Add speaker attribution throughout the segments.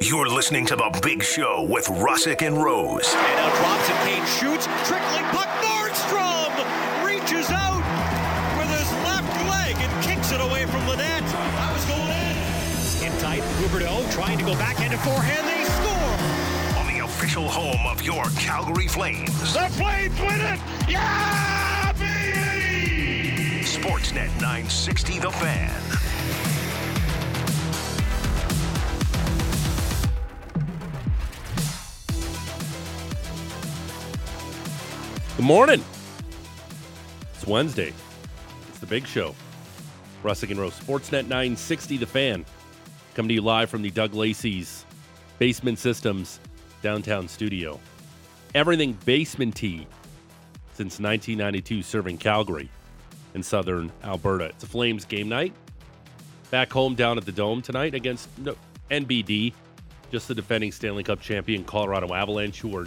Speaker 1: You're listening to The Big Show with Russick and Rose.
Speaker 2: And now drops it. Kane shoots. Trickling puck. Nordstrom reaches out with his left leg and kicks it away from the net. I was going in. In tight. Huberto trying to go backhand to forehand. They score.
Speaker 1: On the official home of your Calgary Flames.
Speaker 3: The Flames win it! Yeah, baby!
Speaker 1: Sportsnet 960 The Fan.
Speaker 4: Good morning. It's Wednesday. It's the big show. Russick and Rose, Sportsnet 960, The Fan, coming to you live from the Doug Lacey's Basement Systems downtown studio. Everything basement tea since 1992, serving Calgary and southern Alberta. It's a Flames game night. Back home down at the Dome tonight against no, NBD, just the defending Stanley Cup champion Colorado Avalanche, who are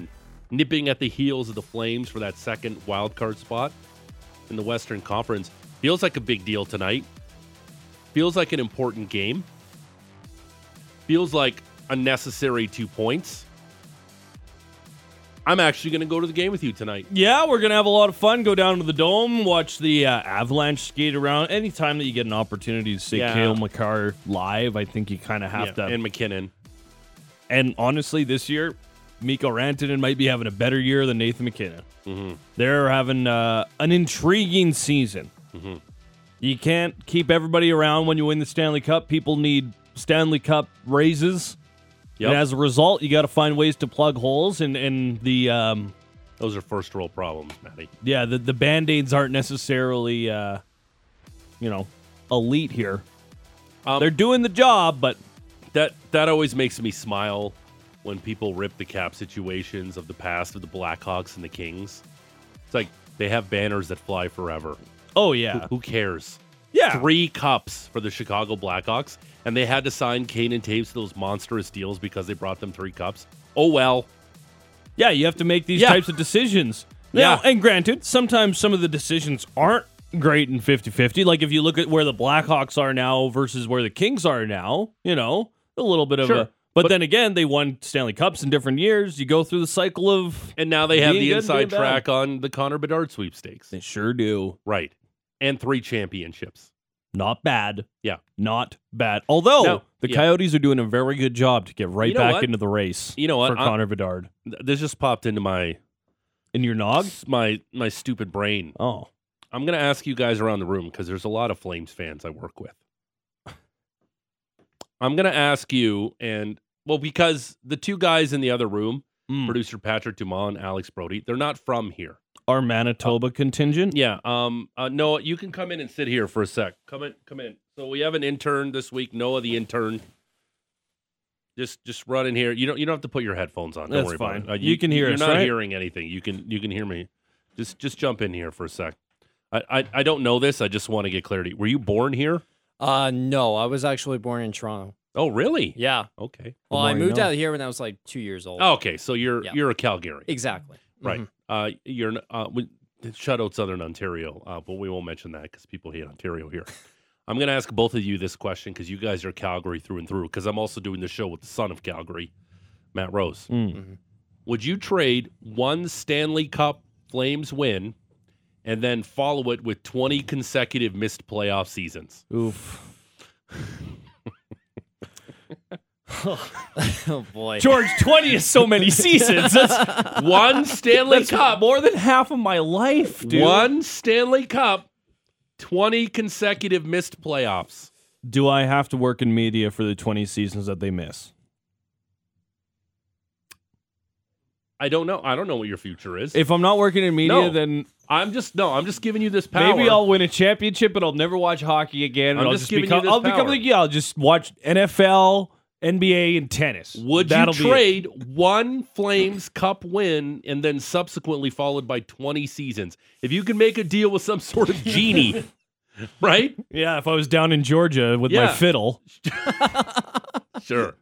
Speaker 4: nipping at the heels of the Flames for that second wild card spot in the Western Conference. Feels like a big deal tonight. Feels like an important game. Feels like a necessary two points. I'm actually going to go to the game with you tonight.
Speaker 5: Yeah, we're gonna have a lot of fun. Go down to the dome, watch the uh, Avalanche skate around. Anytime that you get an opportunity to see
Speaker 4: Yeah.
Speaker 5: Kale McCarr live, I think you kind of have
Speaker 4: Yeah,
Speaker 5: to.
Speaker 4: and
Speaker 5: And,
Speaker 4: McKinnon.
Speaker 5: honestly, this year, Miko Rantanen might be having a better year than Nathan McKinnon.
Speaker 4: Mm-hmm.
Speaker 5: They're having uh, an intriguing season.
Speaker 4: Mm-hmm.
Speaker 5: You can't keep everybody around when you win the Stanley Cup. People need Stanley Cup raises,
Speaker 4: Yep.
Speaker 5: and as a result, you got to find ways to plug holes. And and the um,
Speaker 4: Those are first world problems, Matty.
Speaker 5: yeah, the, the band aids aren't necessarily, uh, you know, elite here.
Speaker 4: Um,
Speaker 5: They're doing the job, but
Speaker 4: That that always makes me smile when people rip the cap situations of the past of the Blackhawks and the Kings. It's like they have banners that fly forever.
Speaker 5: oh
Speaker 4: Who-
Speaker 5: yeah,
Speaker 4: Who cares?
Speaker 5: yeah,
Speaker 4: Three cups for the Chicago Blackhawks, and they had to sign Kane and Taves to those monstrous deals because they brought them three cups. Oh well.
Speaker 5: yeah. You have to make these
Speaker 4: Yeah.
Speaker 5: types of decisions. Now,
Speaker 4: Yeah.
Speaker 5: and granted, sometimes some of the decisions aren't great in 50-50. Like if you look at where the Blackhawks are now versus where the Kings are now, you know, a little bit of
Speaker 4: Sure.
Speaker 5: a. But,
Speaker 4: But-
Speaker 5: then again, they won Stanley Cups in different years. You go through the cycle of
Speaker 4: And now they have
Speaker 5: Being
Speaker 4: the
Speaker 5: good,
Speaker 4: inside
Speaker 5: being bad.
Speaker 4: track on the Connor Bedard sweepstakes.
Speaker 5: they sure do.
Speaker 4: Right. And three championships.
Speaker 5: Not bad.
Speaker 4: Yeah.
Speaker 5: Not bad. Although
Speaker 4: No,
Speaker 5: the
Speaker 4: yeah.
Speaker 5: Coyotes are doing a very good job to get right
Speaker 4: You know
Speaker 5: back
Speaker 4: what?
Speaker 5: into the race
Speaker 4: You know what?
Speaker 5: for
Speaker 4: I'm-
Speaker 5: Connor Bedard.
Speaker 4: Th- This just popped into my
Speaker 5: In your nog?
Speaker 4: my my stupid brain.
Speaker 5: Oh.
Speaker 4: I'm gonna ask you guys around the room because there's a lot of Flames fans I work with. I'm gonna ask you, and well, because the two guys in the other room,
Speaker 5: Mm.
Speaker 4: producer Patrick Dumont and Alex Brody, they're not from here.
Speaker 5: Our Manitoba
Speaker 4: Oh.
Speaker 5: contingent?
Speaker 4: Yeah. Um. Uh, Noah, you can come in and sit here for a sec. Come in. Come in. So we have an intern this week. Noah, the intern. Just just run in here. You don't you don't have to put your headphones on. Don't
Speaker 5: That's
Speaker 4: worry
Speaker 5: fine.
Speaker 4: about it. Uh,
Speaker 5: You can hear
Speaker 4: You're
Speaker 5: us,
Speaker 4: not
Speaker 5: right?
Speaker 4: hearing anything. You can you can hear me. Just just jump in here for a sec. I I, I don't know this. I just want to get clarity. Were you born here?
Speaker 6: Uh, no, I was actually born in Toronto.
Speaker 4: Oh, really?
Speaker 6: Yeah.
Speaker 4: Okay.
Speaker 6: Well,
Speaker 5: more
Speaker 6: I
Speaker 5: you
Speaker 6: moved
Speaker 5: know.
Speaker 6: out here when I was like two years old.
Speaker 4: Okay. So you're
Speaker 6: Yeah.
Speaker 4: you're a Calgary.
Speaker 6: exactly.
Speaker 4: Right.
Speaker 6: Mhm.
Speaker 5: Mm-hmm.
Speaker 4: Uh, you're n- uh, we, shout out Southern Ontario, uh, but we won't mention that because people hate Ontario here. I'm going to ask both of you this question because you guys are Calgary through and through. Because I'm also doing the show with the son of Calgary, Matt Rose.
Speaker 5: Mm.
Speaker 4: Would you trade one Stanley Cup Flames win and then follow it with 20 consecutive missed playoff seasons?
Speaker 5: Oof.
Speaker 6: Oh boy.
Speaker 5: George, 20 is so many seasons. That's,
Speaker 4: One Stanley
Speaker 5: that's
Speaker 4: Cup,
Speaker 5: more than half of my life, dude.
Speaker 4: one Stanley Cup, 20 consecutive missed playoffs.
Speaker 5: Do I have to work in media for the 20 seasons that they miss?
Speaker 4: I don't know. I don't know what your future is.
Speaker 5: If I'm not working in media,
Speaker 4: No.
Speaker 5: then
Speaker 4: I'm just no. I'm just giving you this power.
Speaker 5: Maybe I'll win a championship, but I'll never watch hockey again. and
Speaker 4: I'm
Speaker 5: I'll
Speaker 4: just
Speaker 5: just
Speaker 4: giving
Speaker 5: become.
Speaker 4: you this
Speaker 5: I'll become
Speaker 4: power.
Speaker 5: like yeah. I'll just watch NFL, NBA, and tennis.
Speaker 4: Would
Speaker 5: That'll be
Speaker 4: you
Speaker 5: it.
Speaker 4: trade one Flames Cup win and then subsequently followed by 20 seasons? If you can make a deal with some sort of genie, right?
Speaker 5: Yeah, if I was down in Georgia with
Speaker 4: Yeah.
Speaker 5: my fiddle,
Speaker 4: Sure.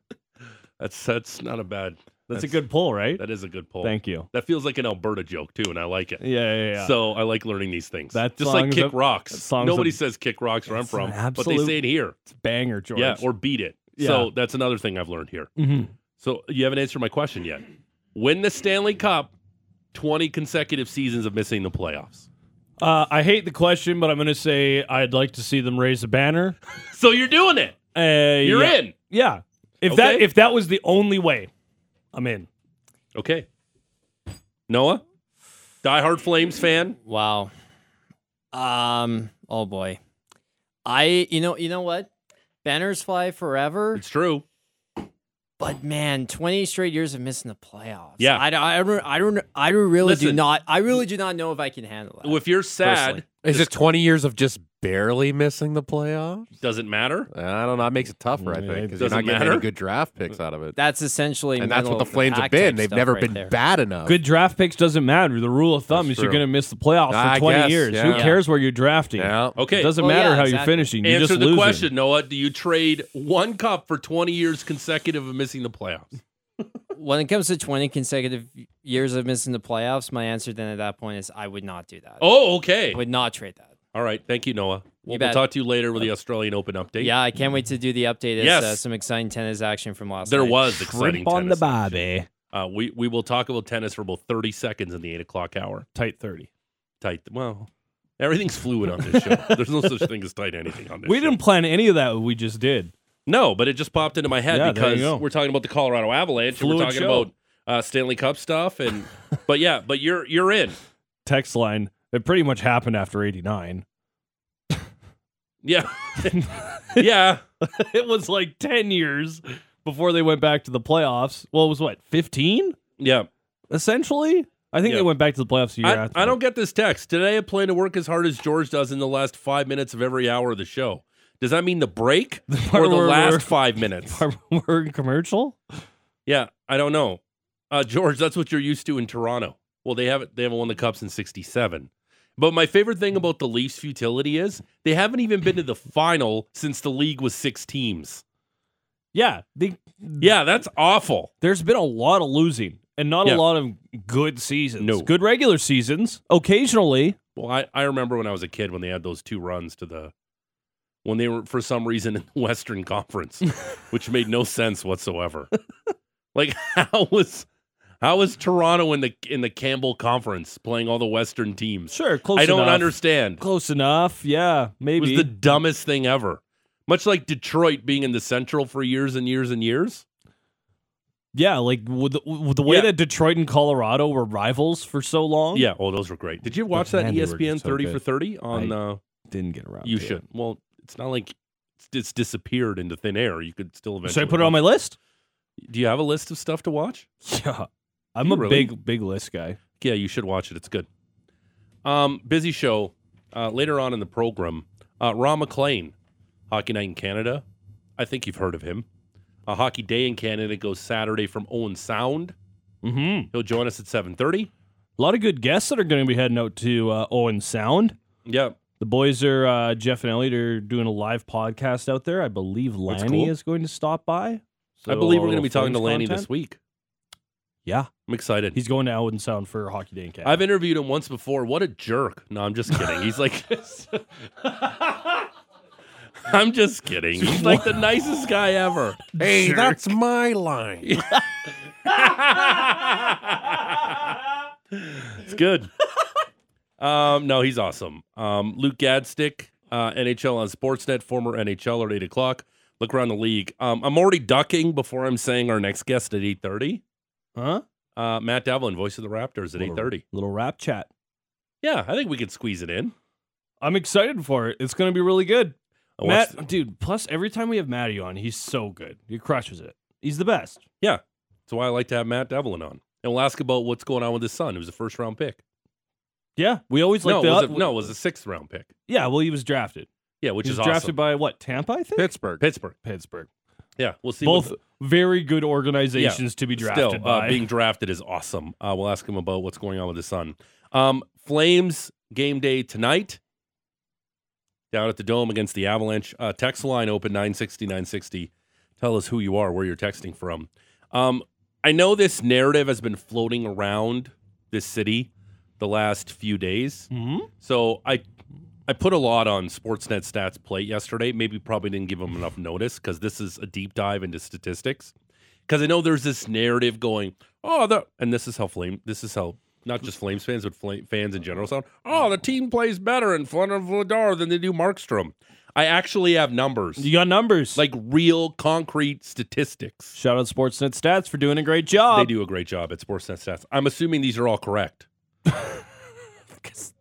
Speaker 4: That's that's not a bad.
Speaker 5: that's, a good pull, right?
Speaker 4: That is a good poll.
Speaker 5: Thank you.
Speaker 4: That feels like an Alberta joke too, and I like it.
Speaker 5: Yeah, yeah, yeah.
Speaker 4: So I like learning these things.
Speaker 5: That
Speaker 4: just like
Speaker 5: song's
Speaker 4: kick
Speaker 5: a-
Speaker 4: rocks.
Speaker 5: that song's
Speaker 4: Nobody
Speaker 5: a-
Speaker 4: says kick rocks where I'm
Speaker 5: It's an
Speaker 4: from, but they
Speaker 5: absolute-
Speaker 4: say it here.
Speaker 5: it's banger, George.
Speaker 4: Yeah, or beat it. So that's another thing I've learned here.
Speaker 5: Mm-hmm.
Speaker 4: So you haven't answered my question yet. Win the Stanley Cup, 20 consecutive seasons of missing the playoffs.
Speaker 5: Uh, I hate the question, but I'm going to say I'd like to see them raise a banner.
Speaker 4: So you're doing it.
Speaker 5: Uh,
Speaker 4: You're
Speaker 5: yeah.
Speaker 4: in.
Speaker 5: Yeah. If that
Speaker 4: Okay.
Speaker 5: if that was the only way, I'm in.
Speaker 4: Okay. Noah, diehard Flames fan.
Speaker 6: Wow. Um. Oh boy. I. You know. You know what? Banners fly forever.
Speaker 4: It's true.
Speaker 6: But man, twenty straight years of missing the playoffs.
Speaker 4: Yeah.
Speaker 6: I. don't- I don't. I don't. I really do
Speaker 4: Listen.
Speaker 6: not. I really do not know if I can handle that.
Speaker 4: If you're sad,
Speaker 6: Personally.
Speaker 7: Is it 20 years of just barely missing the playoffs? Uh,
Speaker 4: doesn't matter.
Speaker 7: I don't know. That makes it tougher, I think, because you're
Speaker 4: doesn't
Speaker 7: not getting
Speaker 4: matter.
Speaker 7: any good draft picks out of it.
Speaker 6: that's essentially.
Speaker 7: and that's what
Speaker 6: middle
Speaker 7: the
Speaker 6: of
Speaker 7: Flames have
Speaker 6: pack
Speaker 7: been.
Speaker 6: type
Speaker 7: They've
Speaker 6: stuff
Speaker 7: never
Speaker 6: right
Speaker 7: been
Speaker 6: there.
Speaker 7: bad enough.
Speaker 5: Good draft picks doesn't matter. The rule of thumb
Speaker 7: That's
Speaker 5: is you're
Speaker 7: true.
Speaker 5: going to miss the playoffs
Speaker 7: I
Speaker 5: for 20
Speaker 7: guess,
Speaker 5: years. Who
Speaker 7: yeah.
Speaker 5: cares where you're drafting?
Speaker 7: Yeah.
Speaker 4: Okay. Oh,
Speaker 5: It doesn't
Speaker 6: Well,
Speaker 5: matter
Speaker 6: yeah,
Speaker 5: how
Speaker 6: exactly.
Speaker 5: you're finishing. You're
Speaker 4: Answer
Speaker 5: just
Speaker 4: the
Speaker 5: losing.
Speaker 4: question, Noah. Do you trade one cup for 20 years consecutive of missing the playoffs?
Speaker 6: When it comes to twenty consecutive years of missing the playoffs, my answer then at that point is I would not do that.
Speaker 4: Oh, okay.
Speaker 6: I would not trade that.
Speaker 4: All right. Thank you, Noah. We'll, we'll
Speaker 6: bet.
Speaker 4: talk to you later with the Australian Open update.
Speaker 6: Yeah, I can't wait to do the update. It's,
Speaker 4: Yes.
Speaker 6: uh, some exciting tennis action from last
Speaker 4: There
Speaker 6: night.
Speaker 4: was exciting
Speaker 5: Shrimp on the
Speaker 4: tennis.
Speaker 5: bobby.
Speaker 4: Uh, we we will talk about tennis for about thirty seconds in the eight o'clock hour.
Speaker 5: Tight 30.
Speaker 4: Tight. Well, everything's fluid on this show. There's no such thing as tight anything on this.
Speaker 5: We
Speaker 4: show.
Speaker 5: didn't plan any of that. We just did.
Speaker 4: No, but it just popped into my head
Speaker 5: Yeah, there you
Speaker 4: because
Speaker 5: go.
Speaker 4: we're talking about the Colorado Avalanche. and we're
Speaker 5: Fluid
Speaker 4: talking
Speaker 5: show.
Speaker 4: about uh, Stanley Cup stuff, and but yeah, but you're you're in.
Speaker 5: Text line. It pretty much happened after 89.
Speaker 4: Yeah, yeah.
Speaker 5: it was like 10 years before they went back to the playoffs. Well, it was what, 15?
Speaker 4: Yeah,
Speaker 5: Essentially? I think
Speaker 4: Yeah.
Speaker 5: they went back to the playoffs a year
Speaker 4: I,
Speaker 5: after.
Speaker 4: I don't get this text. Today I plan to work as hard as George does in the last five minutes of every hour of the show. Does that mean the break
Speaker 5: part
Speaker 4: or the
Speaker 5: where we're-
Speaker 4: last five minutes?
Speaker 5: Are we in commercial?
Speaker 4: Yeah, I don't know, uh, George. That's what you're used to in Toronto. Well, they haven't they haven't won the cups in '67. But my favorite thing about the Leafs' futility is they haven't even been to the final since the league was six teams.
Speaker 5: Yeah. They,
Speaker 4: Yeah, that's awful.
Speaker 5: There's been a lot of losing and not
Speaker 4: Yeah.
Speaker 5: a lot of good seasons.
Speaker 4: No.
Speaker 5: Good regular seasons. Occasionally.
Speaker 4: Well, I, I remember when I was a kid when they had those two runs to the when they were for some reason in the Western Conference, which made no sense whatsoever. like how was how was Toronto in the in the Campbell Conference playing all the Western teams?
Speaker 5: Sure. Close
Speaker 4: I don't
Speaker 5: enough.
Speaker 4: understand.
Speaker 5: Close enough. Yeah.
Speaker 4: It
Speaker 5: Maybe.
Speaker 4: was the dumbest thing ever. Much like Detroit being in the Central for years and years and years.
Speaker 5: yeah. Like with the, with the way
Speaker 4: Yeah.
Speaker 5: that Detroit and Colorado were rivals for so long.
Speaker 4: Yeah, oh, those were great. Did you watch that E
Speaker 5: Man, they were
Speaker 4: ESPN
Speaker 5: so
Speaker 4: thirty
Speaker 5: good.
Speaker 4: for thirty on? uh,
Speaker 5: Didn't get around.
Speaker 4: you
Speaker 5: to it.
Speaker 4: should. Well, it's not like it's, it's disappeared into thin air. You could still eventually.
Speaker 5: Should I put it on my list?
Speaker 4: Do you have a list of stuff to watch?
Speaker 5: Yeah. I'm
Speaker 4: You
Speaker 5: a
Speaker 4: really?
Speaker 5: big, big list guy.
Speaker 4: Yeah, you should watch it. It's good. Um, busy show. Uh, later on in the program, uh, Ron McLean, Hockey Night in Canada. I think you've heard of him. Uh, Hockey Day in Canada goes Saturday from Owen Sound.
Speaker 5: Mm-hmm.
Speaker 4: He'll join us at seven thirty.
Speaker 5: A lot of good guests that are going to be heading out to uh, Owen Sound.
Speaker 4: Yeah,
Speaker 5: The boys are uh, Jeff and Elliot are doing a live podcast out there. I believe
Speaker 4: That's
Speaker 5: Lanny
Speaker 4: cool.
Speaker 5: is going to stop by.
Speaker 4: I believe we're going to be talking to Lanny this week.
Speaker 5: Yeah,
Speaker 4: I'm excited.
Speaker 5: he's going to Owen Sound for Hockey Day in Canada.
Speaker 4: I've interviewed him once before. What a jerk. No, I'm just kidding. He's like I'm just kidding. He's like the nicest guy ever.
Speaker 7: Hey, that's my line.
Speaker 4: it's good. Um, no, he's awesome. Um, Luke Gadstick, uh, NHL on Sportsnet, former NHL at eight o'clock. Look around the league. Um, I'm already ducking before I'm saying our next guest at eight thirty.
Speaker 5: huh?
Speaker 4: Uh, Matt Devlin, voice of the Raptors at eight thirty.
Speaker 5: Little rap chat.
Speaker 4: Yeah, I think we could squeeze it in.
Speaker 5: I'm excited for it. It's going to be really good.
Speaker 4: I watched-
Speaker 5: Matt, dude. Plus, every time we have Matty on, he's so good. He crushes it. He's the best.
Speaker 4: Yeah. That's why I like to have Matt Devlin on. And we'll ask about what's going on with his son, who's a first round pick.
Speaker 5: Yeah, we always like
Speaker 4: no,
Speaker 5: the
Speaker 4: it was a, no, it was a sixth round pick.
Speaker 5: Yeah, well, he was drafted.
Speaker 4: Yeah, which
Speaker 5: he
Speaker 4: is
Speaker 5: was drafted
Speaker 4: awesome.
Speaker 5: by what Tampa, I think.
Speaker 7: Pittsburgh.
Speaker 4: Pittsburgh.
Speaker 5: Pittsburgh.
Speaker 4: Yeah, we'll see.
Speaker 5: Both
Speaker 4: what
Speaker 5: very good organizations to be
Speaker 4: the-
Speaker 5: drafted
Speaker 4: still,
Speaker 5: by.
Speaker 4: Uh, being drafted is awesome. Uh, we'll ask him about what's going on with his son. Um, Flames game day tonight down at the Dome against the Avalanche. Uh, text line open 960 960. Tell us who you are, where you're texting from. Um, I know this narrative has been floating around this city the last few days.
Speaker 5: Mhm.
Speaker 4: So I I put a lot on Sportsnet Stats Plate yesterday. Maybe probably didn't give them enough notice because this is a deep dive into statistics. Because I know there's this narrative going, oh, the and this is how flame, this is how not just Flames fans but flame, fans in general sound. Oh, the team plays better in front of Vladar than they do Markstrom. I actually have numbers,
Speaker 5: You got numbers.
Speaker 4: like real concrete statistics.
Speaker 5: shout out Sportsnet Stats for doing a great job.
Speaker 4: they do a great job at Sportsnet Stats. I'm assuming these are all correct.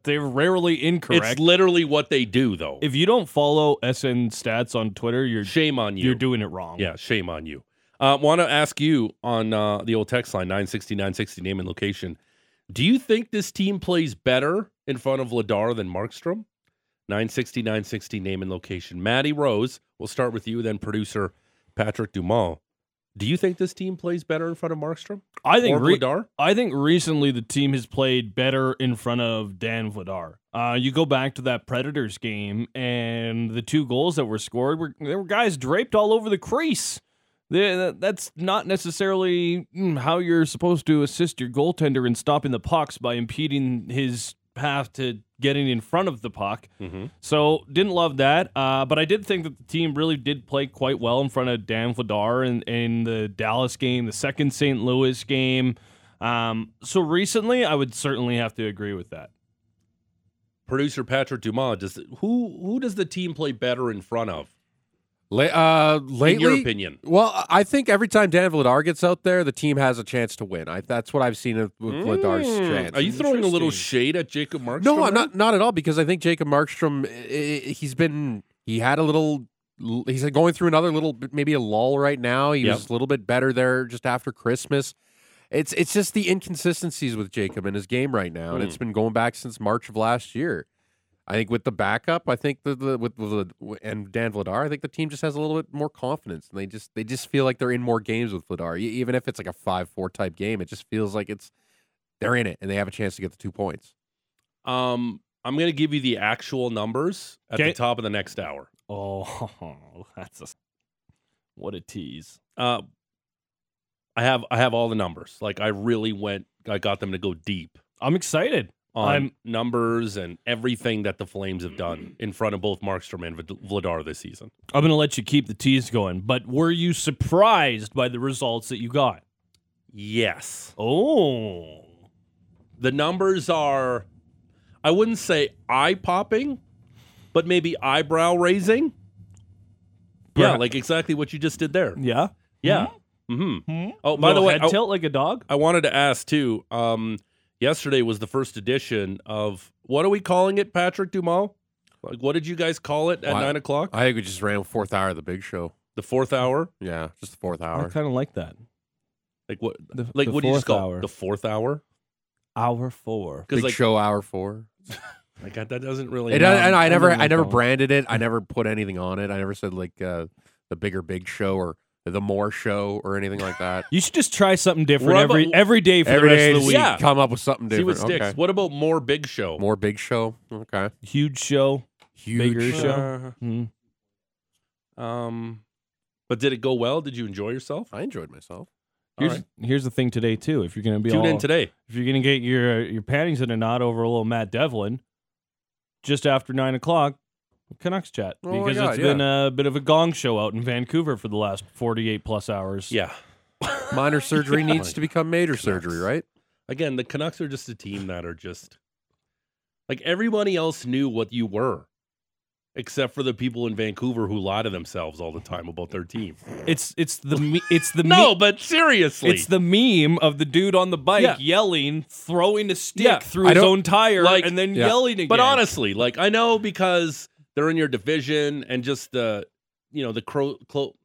Speaker 5: They're rarely incorrect.
Speaker 4: It's literally what they do, though.
Speaker 5: if you don't follow SN Stats on Twitter, you're
Speaker 4: shame on you.
Speaker 5: you're doing it wrong.
Speaker 4: Yeah, shame on you. Uh, Want to ask you on uh, the old text line 960 960 name and location. Do you think this team plays better in front of Ladar than Markstrom? 960 960 name and location. Maddie Rose, we'll start with you, then producer Patrick Dumont. Do you think this team plays better in front of Markstrom
Speaker 5: I think
Speaker 4: or
Speaker 5: re-
Speaker 4: Vladar?
Speaker 5: I think recently the team has played better in front of Dan Vladar. Uh, you go back to that Predators game, and the two goals that were scored were there were guys draped all over the crease. They- that- That's not necessarily mm, how you're supposed to assist your goaltender in stopping the pucks by impeding his path to getting in front of the puck.
Speaker 4: Mhm.
Speaker 5: So didn't love that, uh, but I did think that the team really did play quite well in front of Dan Vladar in, in the Dallas game, the second St. Louis game. Um, so recently, I would certainly have to agree with that.
Speaker 4: Producer Patrick Dumont, does who who does the team play better in front of?
Speaker 7: La- uh, lately,
Speaker 4: In your opinion,
Speaker 7: Well, I think every time Dan Vladar gets out there, the team has a chance to win. I, that's what I've seen of- with Vladar's
Speaker 4: Hmm.
Speaker 7: chance.
Speaker 4: Are you throwing a little shade at Jacob Markstrom?
Speaker 7: No, I'm
Speaker 4: there?
Speaker 7: not. Not at all. Because I think Jacob Markstrom, i- i- he's been he had a little. He's going through another little, bit- maybe a lull right now. He
Speaker 4: Yep.
Speaker 7: was a little bit better there just after Christmas. It's it's just the inconsistencies with Jacob in his game right now, and
Speaker 4: Hmm.
Speaker 7: it's been going back since March of last year. I think with the backup, I think the, the with, with and Dan Vladar, I think the team just has a little bit more confidence, and they just they just feel like they're in more games with Vladar, E- even if it's like a five four type game. It just feels like it's they're in it, and they have a chance to get the two points.
Speaker 4: Um, I'm going to give you the actual numbers at
Speaker 5: Okay.
Speaker 4: the top of the next hour.
Speaker 5: Oh, that's a what a tease.
Speaker 4: Uh, I have I have all the numbers. Like I really went, I got them to go deep
Speaker 5: I'm excited.
Speaker 4: on
Speaker 5: I'm-
Speaker 4: numbers and everything that the Flames have done in front of both Markstrom and Vlad- Vladar this season.
Speaker 5: I'm going to let you keep the tease going, but were you surprised by the results that you got?
Speaker 4: Yes,
Speaker 5: Oh,
Speaker 4: the numbers are. I wouldn't say eye popping, but maybe eyebrow raising. Yeah,
Speaker 5: Perha-
Speaker 4: like exactly what you just did there.
Speaker 5: yeah, Mm-hmm.
Speaker 4: Yeah. hmm Oh, by the
Speaker 5: Little
Speaker 4: way,
Speaker 5: head
Speaker 4: I-
Speaker 5: tilt like a dog.
Speaker 4: I wanted to ask too. Um, yesterday was the first edition of what are we calling it, Patrick Dumas? Like, what did you guys call it at
Speaker 7: Why-
Speaker 4: nine o'clock?
Speaker 7: I think we just ran fourth hour of the big show.
Speaker 4: the fourth hour.
Speaker 7: Yeah, just the fourth
Speaker 5: I
Speaker 7: hour.
Speaker 5: kind of like that.
Speaker 4: Like what?
Speaker 5: The-
Speaker 4: like
Speaker 5: the
Speaker 4: what do you just
Speaker 5: fourth
Speaker 4: call it?
Speaker 5: hour.
Speaker 4: the fourth hour?
Speaker 5: Hour four.
Speaker 4: Because
Speaker 7: Big
Speaker 4: like,
Speaker 7: show hour four.
Speaker 4: like that that doesn't really.
Speaker 7: It, does-
Speaker 5: um,
Speaker 7: and I
Speaker 5: I
Speaker 7: never,
Speaker 5: don't
Speaker 7: I never
Speaker 5: know.
Speaker 7: branded it. I never put anything on it. I never said like uh, the bigger big show or the more show or anything like that.
Speaker 5: You should just try something different
Speaker 4: Rub a-
Speaker 5: every every day for
Speaker 7: Every
Speaker 5: the
Speaker 7: day,
Speaker 5: rest of the
Speaker 7: just
Speaker 5: week.
Speaker 4: Yeah.
Speaker 7: come up with something
Speaker 4: see what
Speaker 7: different.
Speaker 4: sticks.
Speaker 7: Okay.
Speaker 4: What about more big show?
Speaker 7: More big show. Okay,
Speaker 5: Huge show.
Speaker 7: huge
Speaker 5: Bigger show. Mm.
Speaker 4: Um, but did it go well? Did you enjoy yourself?
Speaker 7: I enjoyed myself.
Speaker 5: Here's here's the thing today too. If you're gonna be
Speaker 4: Tune
Speaker 5: all,
Speaker 4: in today.
Speaker 5: if you're gonna get your your panties in a knot over a little Matt Devlin, just after nine o'clock, Canucks chat
Speaker 7: Oh my
Speaker 5: because
Speaker 7: God,
Speaker 5: it's been a bit of a gong show out in Vancouver for the last forty eight plus hours.
Speaker 4: Yeah.
Speaker 7: Minor surgery
Speaker 4: Yeah.
Speaker 7: needs to become major
Speaker 4: Canucks.
Speaker 7: surgery, right?
Speaker 4: Again, the Canucks are just a team that are just like everybody else knew what you were, except for the people in Vancouver who lie to themselves all the time about their team.
Speaker 5: it's it's the me- it's the
Speaker 4: No,
Speaker 5: me-
Speaker 4: but seriously,
Speaker 5: it's the meme of the dude on the bike
Speaker 4: Yeah.
Speaker 5: yelling, throwing a stick
Speaker 4: Yeah.
Speaker 5: through
Speaker 7: I
Speaker 5: his
Speaker 7: don't-
Speaker 5: own tire,
Speaker 4: like-
Speaker 5: and then
Speaker 7: Yeah.
Speaker 5: yelling again.
Speaker 4: but honestly, like I know because they're in your division and just the you know the crow clo-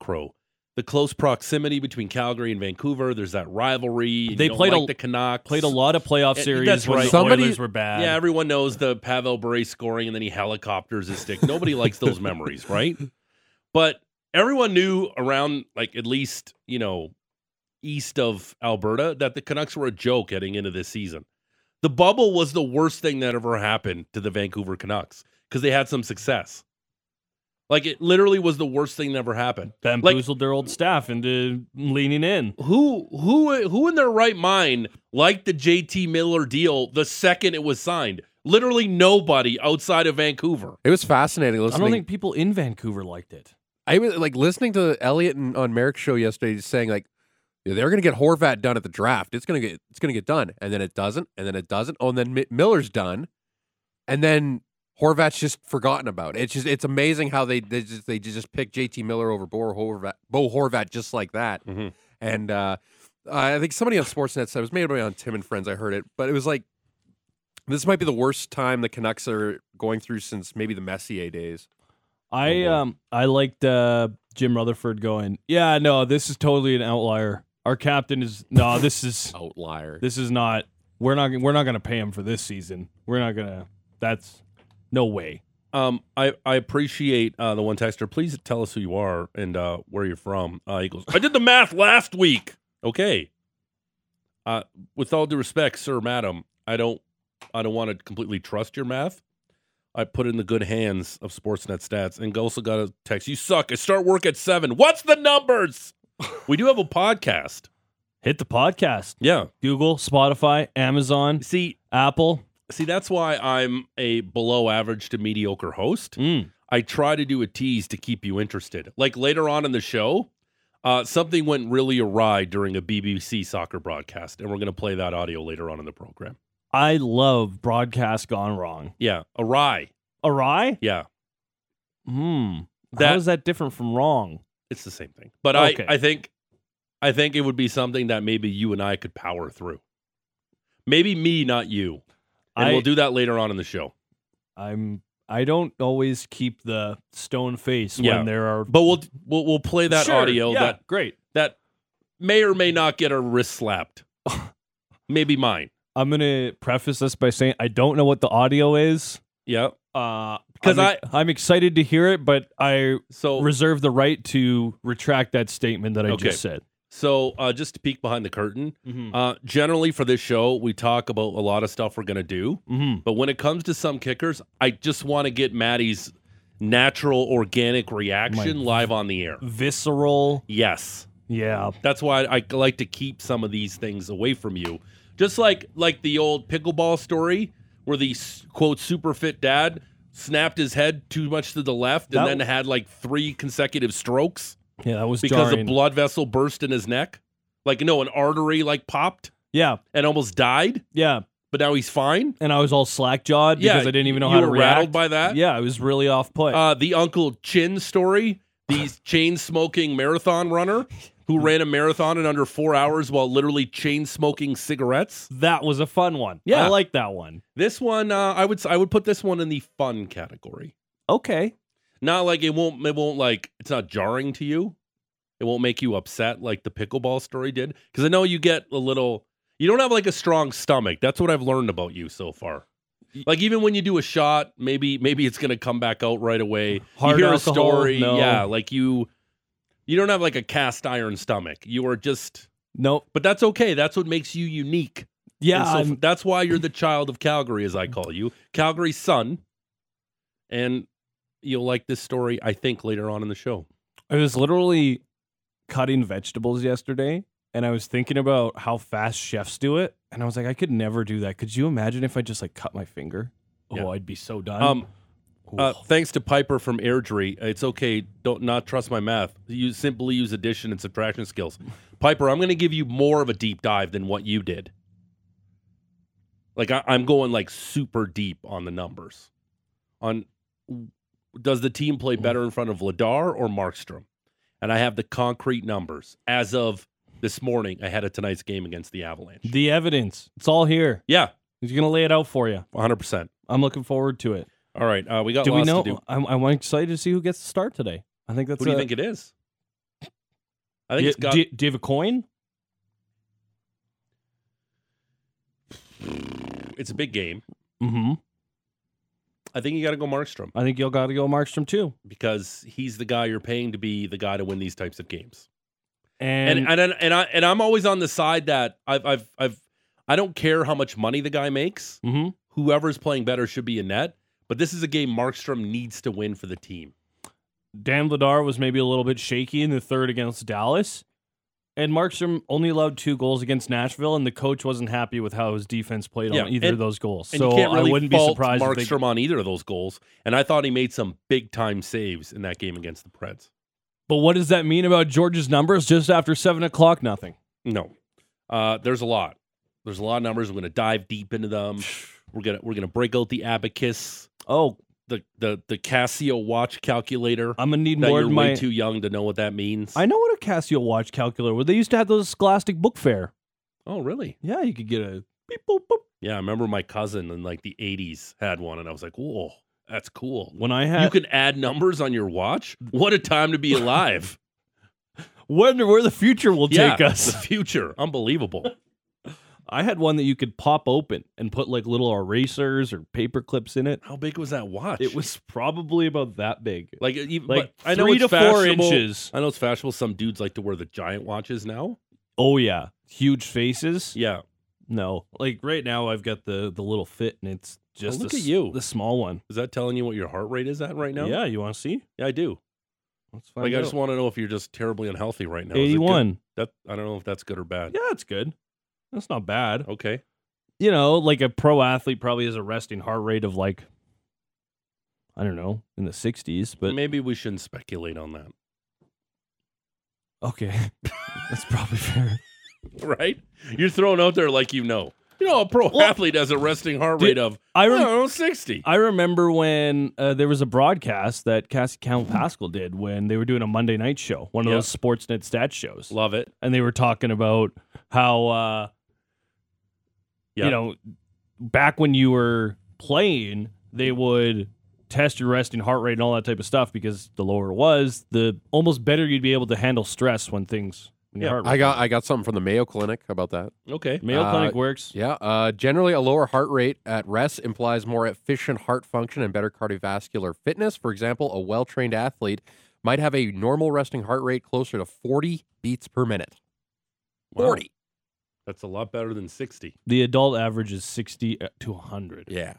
Speaker 4: crow the close proximity between Calgary and Vancouver. There's that rivalry. and
Speaker 5: They
Speaker 4: you don't
Speaker 5: played a-
Speaker 4: like the Canucs
Speaker 5: played a lot of playoff
Speaker 4: Yeah,
Speaker 5: series
Speaker 4: that's
Speaker 5: when
Speaker 4: right.
Speaker 5: the
Speaker 7: Somebody-
Speaker 5: Oilers were bad.
Speaker 4: Yeah, everyone knows the Pavel Bure scoring and then he helicopters his stick. Nobody likes those memories, right? But everyone knew around, like at least you know, east of Alberta, that the Canucks were a joke heading into this season. The bubble was the worst thing that ever happened to the Vancouver Canucks because they had some success. Like it literally was the worst thing that ever happened.
Speaker 5: bamboozled their old staff into leaning in.
Speaker 4: Who who who in their right mind liked the JT Miller deal the second it was signed? Literally nobody outside of Vancouver.
Speaker 7: It was fascinating
Speaker 5: I
Speaker 7: listening.
Speaker 5: don't think people in Vancouver liked it.
Speaker 7: I was like listening to Elliot and, on Merrick's show yesterday, saying like they're going to get Horvat done at the draft. It's going to get it's going to get done, and then it doesn't, and then it doesn't. Oh, and then Mi- Miller's done, and then Horvat's just forgotten about. It's just it's amazing how they they just they just pick JT Miller over Bo Horvat, Bo Horvat just like that.
Speaker 4: Mhm.
Speaker 7: And uh, I think somebody on Sportsnet said it was made by on Tim and Friends. I heard it, but it was like this might be the worst time the Canucks are going through since maybe the Messier days.
Speaker 5: I
Speaker 4: Oh, boy.
Speaker 5: um I liked uh, Jim Rutherford going. Yeah, no, this is totally an outlier. Our captain is no. This is
Speaker 7: Outlier.
Speaker 5: this is not. We're not. We're not going to pay him for this season. We're not going to. That's no way.
Speaker 4: Um, I, I appreciate uh, the one texter. Please tell us who you are and uh, where you're from. Uh, he goes, I did the math last week. Okay. Uh, with all due respect, sir, madam, I don't, I don't want to completely trust your math. I put it in the good hands of Sportsnet stats, and also got a text. You suck. I start work at seven. What's the numbers? we do have a podcast.
Speaker 5: Hit the podcast.
Speaker 4: Yeah.
Speaker 5: Google, Spotify, Amazon,
Speaker 4: See,
Speaker 5: Apple.
Speaker 4: see, that's why I'm a below average to mediocre host.
Speaker 5: Mm.
Speaker 4: I try to do a tease to keep you interested. Like later on in the show, uh, something went really awry during a BBC soccer broadcast, and we're going to play that audio later on in the program.
Speaker 5: I love broadcast gone wrong.
Speaker 4: Yeah, awry.
Speaker 5: Awry?
Speaker 4: Yeah,
Speaker 5: Hmm.
Speaker 4: That-
Speaker 5: How is that different from wrong?
Speaker 4: it's the same thing. But
Speaker 5: Okay.
Speaker 4: I, I think, I think it would be something that maybe you and I could power through. Maybe me, not you. And
Speaker 5: I,
Speaker 4: we'll do that later on in the show.
Speaker 5: I'm. I don't always keep the stone face
Speaker 4: Yeah.
Speaker 5: when there are
Speaker 4: But we'll we'll, we'll play that
Speaker 5: Sure,
Speaker 4: audio
Speaker 5: yeah,
Speaker 4: that
Speaker 5: great.
Speaker 4: that may or may not get our wrist slapped. maybe mine.
Speaker 5: I'm gonna preface this by saying I don't know what the audio is.
Speaker 4: Yeah.
Speaker 5: Uh,
Speaker 4: 'Cause
Speaker 5: I'm, I'm excited to hear it, but I
Speaker 4: So
Speaker 5: reserve the right to retract that statement that I
Speaker 4: Okay.
Speaker 5: just said.
Speaker 4: So, uh, just to peek behind the curtain, uh, generally for this show, we talk about a lot of stuff we're going to do.
Speaker 5: Mhm.
Speaker 4: But when it comes to some kickers, I just want to get Maddie's natural, organic reaction live on the air.
Speaker 5: Visceral,
Speaker 4: Yes.
Speaker 5: yeah.
Speaker 4: That's why I like to keep some of these things away from you. Just like like the old pickleball story where the s- quote super fit dad snapped his head too much to the left and
Speaker 5: That-
Speaker 4: then had like three consecutive strokes
Speaker 5: Yeah, that was
Speaker 4: because a
Speaker 5: jarring.
Speaker 4: blood vessel burst in his neck. Like no, an artery like popped
Speaker 5: yeah,
Speaker 4: and almost died,
Speaker 5: yeah.
Speaker 4: but now he's fine.
Speaker 5: And I was all slack jawed
Speaker 4: Yeah,
Speaker 5: because I didn't even know
Speaker 4: you
Speaker 5: how to
Speaker 4: were
Speaker 5: react.
Speaker 4: rattled by that?
Speaker 5: Yeah, I was really off put.
Speaker 4: Uh, the Uncle Chin story, the chain smoking marathon runner who ran a marathon in under four hours while literally chain smoking cigarettes.
Speaker 5: that was a fun one.
Speaker 4: Yeah.
Speaker 5: I like that one.
Speaker 4: This one, uh, I would s- I would put this one in the fun category.
Speaker 5: Okay.
Speaker 4: Not like it won't it won't like it's not jarring to you. It won't make you upset like the pickleball story did because I know you get a little. You don't have like a strong stomach. That's what I've learned about you so far. Like even when you do a shot, maybe maybe it's gonna come back out right away.
Speaker 5: Hard
Speaker 4: you hear
Speaker 5: alcohol,
Speaker 4: a story,
Speaker 5: no.
Speaker 4: yeah. Like you, you don't have like a cast iron stomach. You are just,
Speaker 5: Nope.
Speaker 4: but that's okay. That's what makes you unique.
Speaker 5: Yeah,
Speaker 4: And so
Speaker 5: I'm-
Speaker 4: f- that's why you're the child of Calgary, as I call you, Calgary's son. And you'll like this story, I think, later on in the show.
Speaker 5: I was literally cutting vegetables yesterday and I was thinking about how fast chefs do it. And I was like, I could never do that. Could you imagine if I just like cut my finger?
Speaker 4: Yeah.
Speaker 5: Oh, I'd be so done.
Speaker 4: Um, uh, thanks to Piper from Airdrie. It's okay. Don't not trust my math. You simply use addition and subtraction skills. Piper, I'm going to give you more of a deep dive than what you did. Like I, I'm going like super deep on the numbers. On does the team play better in front of Ladar or Markstrom? And I have the concrete numbers as of this morning ahead of tonight's game against the Avalanche.
Speaker 5: the evidence, it's all here.
Speaker 4: yeah,
Speaker 5: He's going to lay it out for you.
Speaker 4: 100. percent
Speaker 5: I'm looking forward to it.
Speaker 4: All right, uh, we got
Speaker 5: do we
Speaker 4: lots
Speaker 5: know?
Speaker 4: to do.
Speaker 5: I'm, I'm excited to see who gets the start today. I think that's
Speaker 4: Who do you
Speaker 5: a-
Speaker 4: think it is? I
Speaker 5: Do
Speaker 4: think
Speaker 5: you-
Speaker 4: it's got.
Speaker 5: do, you- do you have a coin?
Speaker 4: it's a big game.
Speaker 5: Mm-hmm.
Speaker 4: I think you got to go Markstrom
Speaker 5: I think you'll got to go Markstrom too.
Speaker 4: because he's the guy you're paying to be the guy to win these types of games.
Speaker 5: And,
Speaker 4: And and and, I and I'm always on the side that I've I've I've I don't care how much money the guy makes.
Speaker 5: Mhm.
Speaker 4: Whoever's playing better should be in net. But this is a game Markstrom needs to win for the team.
Speaker 5: Dan Vladar was maybe a little bit shaky in the third against Dallas, And Markstrom only allowed two goals against Nashville, and the coach wasn't happy with how his defense played
Speaker 4: Yeah,
Speaker 5: on either
Speaker 4: and-
Speaker 5: of those goals.
Speaker 4: And
Speaker 5: so
Speaker 4: you can't really
Speaker 5: I wouldn't be
Speaker 4: fault
Speaker 5: surprised.
Speaker 4: Markstrom
Speaker 5: If they,
Speaker 4: on either of those goals. And I thought he made some big time saves in that game against the Preds.
Speaker 5: but what does that mean about George's numbers just after seven o'clock? Nothing.
Speaker 4: No, uh, there's a lot. There's a lot of numbers. We're gonna dive deep into them. We're gonna we're gonna break out the abacus,
Speaker 5: Oh,
Speaker 4: the the the Casio watch calculator.
Speaker 5: I'm gonna need
Speaker 4: that
Speaker 5: more
Speaker 4: you're
Speaker 5: than my.
Speaker 4: way too young to know what that means.
Speaker 5: I know what a Casio watch calculator. was. they used to have those Scholastic Book Fair.
Speaker 4: oh, really?
Speaker 5: Yeah, you could get a beep boop boop.
Speaker 4: Yeah, I remember my cousin in like the '80s had one, and I was like, "Whoa, that's cool."
Speaker 5: When I
Speaker 4: you
Speaker 5: had,
Speaker 4: can add numbers on your watch. What a time to be alive!
Speaker 5: wonder where the future will
Speaker 4: Yeah,
Speaker 5: take us.
Speaker 4: the future, unbelievable.
Speaker 5: I had one that you could pop open and put like little erasers or paper clips in it.
Speaker 4: How big was that watch?
Speaker 5: It was probably about that big.
Speaker 4: like e, even,
Speaker 5: like
Speaker 4: but I know
Speaker 5: three
Speaker 4: it's
Speaker 5: to four
Speaker 4: fashionable-
Speaker 5: inches.
Speaker 4: I know it's fashionable. Some dudes like to wear the giant watches now.
Speaker 5: Oh yeah, huge faces.
Speaker 4: Yeah,
Speaker 5: No, Oh, like right now I've got the the little fit and it's just
Speaker 4: look
Speaker 5: the
Speaker 4: at
Speaker 5: s-
Speaker 4: you.
Speaker 5: the small one.
Speaker 4: is that telling you what your heart rate is at right now?
Speaker 5: Yeah, you want to see?
Speaker 4: yeah, I do.
Speaker 5: Let's
Speaker 4: Like, I just want to know if you're just terribly unhealthy right now. Is it good?
Speaker 5: eighty-one.
Speaker 4: That I don't know if that's good or bad.
Speaker 5: Yeah, it's good. That's not bad.
Speaker 4: Okay.
Speaker 5: You know, like a pro athlete probably has a resting heart rate of like I don't know in the sixties, but
Speaker 4: maybe we shouldn't speculate on that,
Speaker 5: okay, that's probably fair.
Speaker 4: right? You're thrown out there like you know. You know, a pro
Speaker 5: Well-
Speaker 4: athlete has a resting heart
Speaker 5: Dude,
Speaker 4: rate of
Speaker 5: I
Speaker 4: I
Speaker 5: rem-
Speaker 4: don't know, 60.
Speaker 5: I remember when uh, there was a broadcast that Cassie Count Pascal did when they were doing a Monday night show, one of
Speaker 4: Yeah.
Speaker 5: those Sportsnet stat shows,
Speaker 4: Love it.
Speaker 5: and they were talking about how uh,
Speaker 4: Yeah.
Speaker 5: you know back when you were playing, they would test your resting heart rate and all that type of stuff because the lower it was, the almost better you'd be able to handle stress when things. When your
Speaker 4: Yeah.
Speaker 5: heart
Speaker 7: I
Speaker 5: rate-
Speaker 7: got I got something from the Mayo Clinic about that.
Speaker 4: Okay.
Speaker 5: Mayo
Speaker 7: uh,
Speaker 5: Clinic works.
Speaker 7: Yeah, uh, generally a lower heart rate at rest implies more efficient heart function and better cardiovascular fitness. For example, a well-trained athlete might have a normal resting heart rate closer to 40 beats per minute.
Speaker 4: Wow.
Speaker 7: 40.
Speaker 4: That's a lot better than 60.
Speaker 5: The adult average is sixty uh, to hundred,
Speaker 7: Yeah.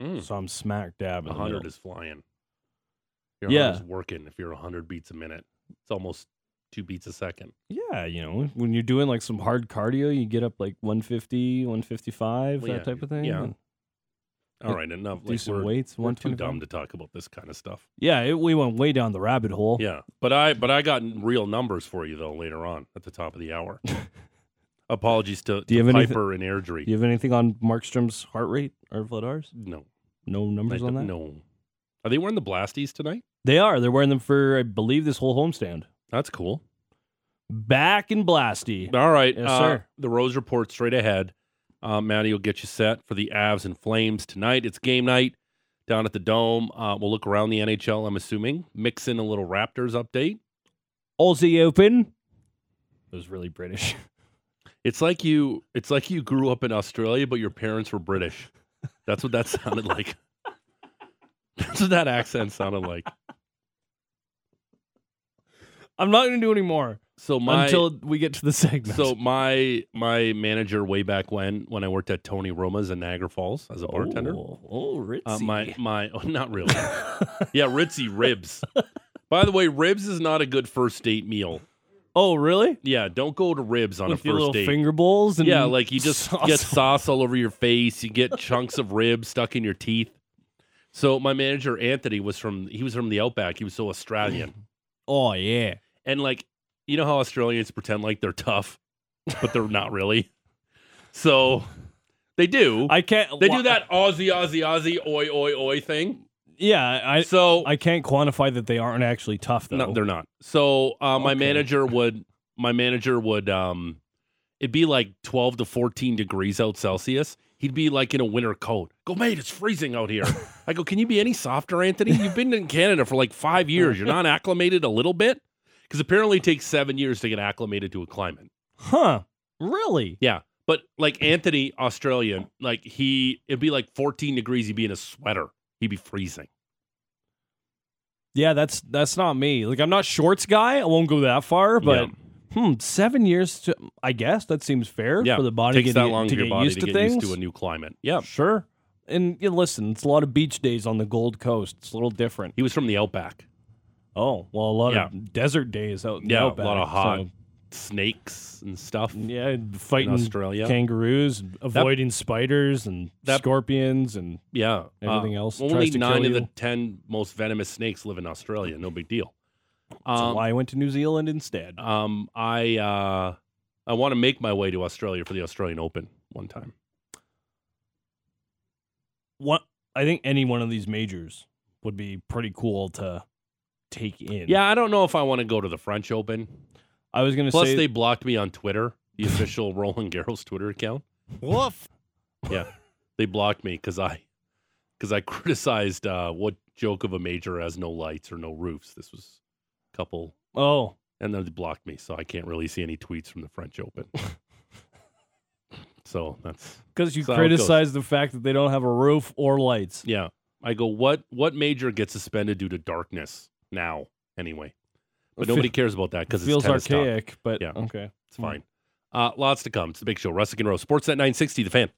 Speaker 4: Mm.
Speaker 5: so I'm smack dab in the
Speaker 4: 100
Speaker 5: middle.
Speaker 4: is flying. Your
Speaker 5: Yeah.
Speaker 4: heart is working if you're 100 beats a minute. It's almost two beats a second.
Speaker 5: Yeah, you know, when you're doing like some hard cardio, you get up like 150, 155,
Speaker 4: Well,
Speaker 5: that
Speaker 4: yeah,
Speaker 5: type of thing.
Speaker 4: yeah.
Speaker 5: and
Speaker 4: All
Speaker 5: Yeah.
Speaker 4: right, enough.
Speaker 5: do
Speaker 4: Like,
Speaker 5: some
Speaker 4: we're,
Speaker 5: weights.
Speaker 4: we're too
Speaker 5: 125.
Speaker 4: dumb to talk about this kind of stuff.
Speaker 5: Yeah, it, we went way down the rabbit hole.
Speaker 4: Yeah, but I but I got real numbers for you though later on at the top of the hour. Apologies to,
Speaker 5: Do you
Speaker 4: to
Speaker 5: have anything-
Speaker 4: Piper and Airdrie.
Speaker 5: Do you have anything on Markstrom's heart rate or Vladar's?
Speaker 4: No,
Speaker 5: No
Speaker 4: I
Speaker 5: numbers on that.
Speaker 4: don't- no. Are they wearing the Blasties tonight?
Speaker 5: They are. They're wearing them for, I believe, this whole homestand.
Speaker 4: That's cool.
Speaker 5: Back in Blasty.
Speaker 4: All right,
Speaker 5: Yes,
Speaker 4: uh,
Speaker 5: sir.
Speaker 4: The Rose report straight ahead. Uh, Maddie will get you set for the Avs and Flames tonight. It's game night down at the Dome. Uh, we'll look around the NHL. I'm assuming mix in a little Raptors update.
Speaker 5: Aussie Open. It was really British.
Speaker 4: It's like you. It's like you grew up in Australia, but your parents were British. That's what that sounded like. That's what that accent sounded like.
Speaker 5: I'm not going to do any more
Speaker 4: So my
Speaker 5: until we get to the segment.
Speaker 4: so my my manager way back when when I worked at Tony Roma's in Niagara Falls as a bartender.
Speaker 5: Oh, oh ritzy.
Speaker 4: Uh, my my oh, not really. yeah, ritzy ribs. By the way, ribs is not a good first date meal.
Speaker 5: oh, really?
Speaker 4: Yeah, don't go to ribs on
Speaker 5: With
Speaker 4: a
Speaker 5: your
Speaker 4: first
Speaker 5: little
Speaker 4: date.
Speaker 5: finger bowls and
Speaker 4: Yeah, like you just
Speaker 5: sauce
Speaker 4: get sauce all over your face. You get chunks of rib stuck in your teeth. So my manager Anthony was from he was from the outback. He was so Australian,
Speaker 5: Oh yeah.
Speaker 4: and like you know how Australians pretend like they're tough, but they're not really. So they do.
Speaker 5: I can't
Speaker 4: they
Speaker 5: wha-
Speaker 4: do that Aussie Aussie Aussie oi oi oi thing.
Speaker 5: Yeah, I
Speaker 4: so
Speaker 5: I can't quantify that they aren't actually tough though.
Speaker 4: No, they're not. So uh, my
Speaker 5: Okay.
Speaker 4: manager would my manager would um it'd be like twelve to fourteen degrees out Celsius. He'd be like in a winter coat. Go, mate, it's freezing out here. I go, can you be any softer, Anthony? You've been in Canada for like five years. You're not acclimated a little bit? Because apparently it takes seven years to get acclimated to a climate.
Speaker 5: Huh. Really?
Speaker 4: Yeah. But like Anthony, Australian, like he it'd be like 14 degrees, he'd be in a sweater. He'd be freezing.
Speaker 5: Yeah, that's that's not me. Like I'm not shorts guy. I won't go that far, but hmm, 7 years to I guess that seems fair
Speaker 4: Yeah,
Speaker 5: for the body
Speaker 4: takes
Speaker 5: to get,
Speaker 4: that long
Speaker 5: to
Speaker 4: for your
Speaker 5: get
Speaker 4: body
Speaker 5: used
Speaker 4: to
Speaker 5: to
Speaker 4: get
Speaker 5: things.
Speaker 4: used to a new climate. Yeah.
Speaker 5: Sure. And you know, listen, it's a lot of beach days on the Gold Coast. It's a little different.
Speaker 4: He was from the outback.
Speaker 5: Oh, well, a lot
Speaker 4: Yeah.
Speaker 5: of desert days out in the
Speaker 4: Yeah, a
Speaker 5: outback,
Speaker 4: lot of hot.
Speaker 5: so
Speaker 4: snakes and stuff.
Speaker 5: Yeah, fighting
Speaker 4: Australia.
Speaker 5: kangaroos, and avoiding spiders and
Speaker 4: That-
Speaker 5: scorpions, and
Speaker 4: Yeah. uh,
Speaker 5: Everything else tries
Speaker 4: Only
Speaker 5: to
Speaker 4: nine
Speaker 5: kill
Speaker 4: of the
Speaker 5: you.
Speaker 4: ten most venomous snakes live in Australia. No big deal.
Speaker 5: that's
Speaker 4: Um,
Speaker 5: why I went to New Zealand instead.
Speaker 4: um, I uh, I want to make my way to Australia for the Australian Open one time.
Speaker 5: What I think any one of these majors would be pretty cool to take in.
Speaker 4: Yeah, I don't know if I want to go to the French Open.
Speaker 5: I was gonna
Speaker 4: Plus,
Speaker 5: say
Speaker 4: they blocked me on Twitter, the official Roland Garros Twitter account.
Speaker 6: Woof.
Speaker 4: Yeah, they blocked me because I because I criticized uh, what joke of a major has no lights or no roofs. This was a couple,
Speaker 5: oh
Speaker 4: and then they blocked me, so I can't really see any tweets from the French Open. so that's
Speaker 5: because you
Speaker 4: So how it goes.
Speaker 5: criticize the fact that they don't have a roof or lights.
Speaker 4: Yeah. I go, what what major gets suspended due to darkness now, anyway? But
Speaker 5: Fe-
Speaker 4: nobody cares about that because
Speaker 5: feels
Speaker 4: it's tennis talk.
Speaker 5: archaic, but
Speaker 4: Yeah.
Speaker 5: okay.
Speaker 4: It's fine. Uh, lots to come. It's the big show. Russick and Rose. Sportsnet 960, the fan.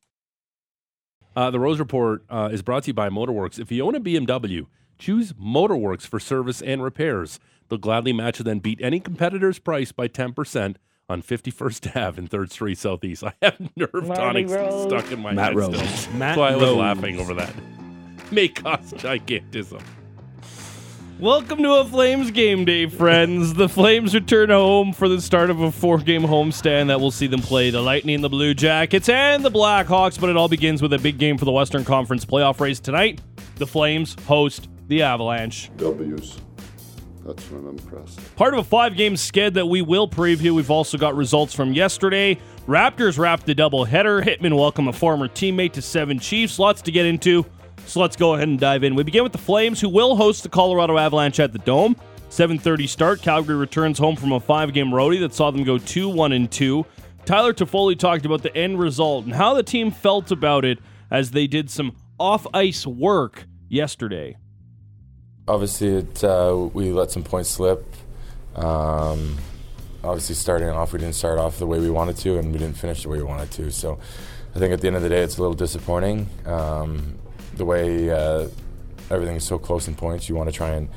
Speaker 4: Uh, the Rose Report uh, is brought to you by Motorworks. If you own a BMW, choose Motorworks for service and repairs. They'll gladly match and then beat any competitor's price by 10% on 51st Ave and 3rd Street Southeast. I have nerve tonics stuck in my head still.
Speaker 5: Matt
Speaker 4: That's why I was
Speaker 5: Rose.
Speaker 4: laughing over that. May cause gigantism.
Speaker 5: Welcome to a Flames game day, friends. The Flames return home for the start of a four game homestand that will see them play the Lightning, the Blue Jackets, and the Blackhawks. But it all begins with a big game for the Western Conference playoff race tonight. The Flames host the Avalanche.
Speaker 8: W's. That's when I'm impressed.
Speaker 5: Part of a five game sked that we will preview. We've also got results from yesterday. Raptors wrapped the doubleheader. Hitman welcome a former teammate to seven Chiefs. Lots to get into. So let's go ahead and dive in. We begin with the Flames, who will host the Colorado Avalanche at the Dome. 7:30 start. Calgary returns home from a five-game roadie that saw them go 2-1 and 2. Tyler Toffoli talked about the end result and how the team felt about it as they did some off-ice work yesterday.
Speaker 9: Obviously, it, uh, we let some points slip. Um, obviously, starting off, we didn't start off the way we wanted to, and we didn't finish the way we wanted to. So, I think at the end of the day, it's a little disappointing. Um, the way uh, everything is so close in points, you want to try and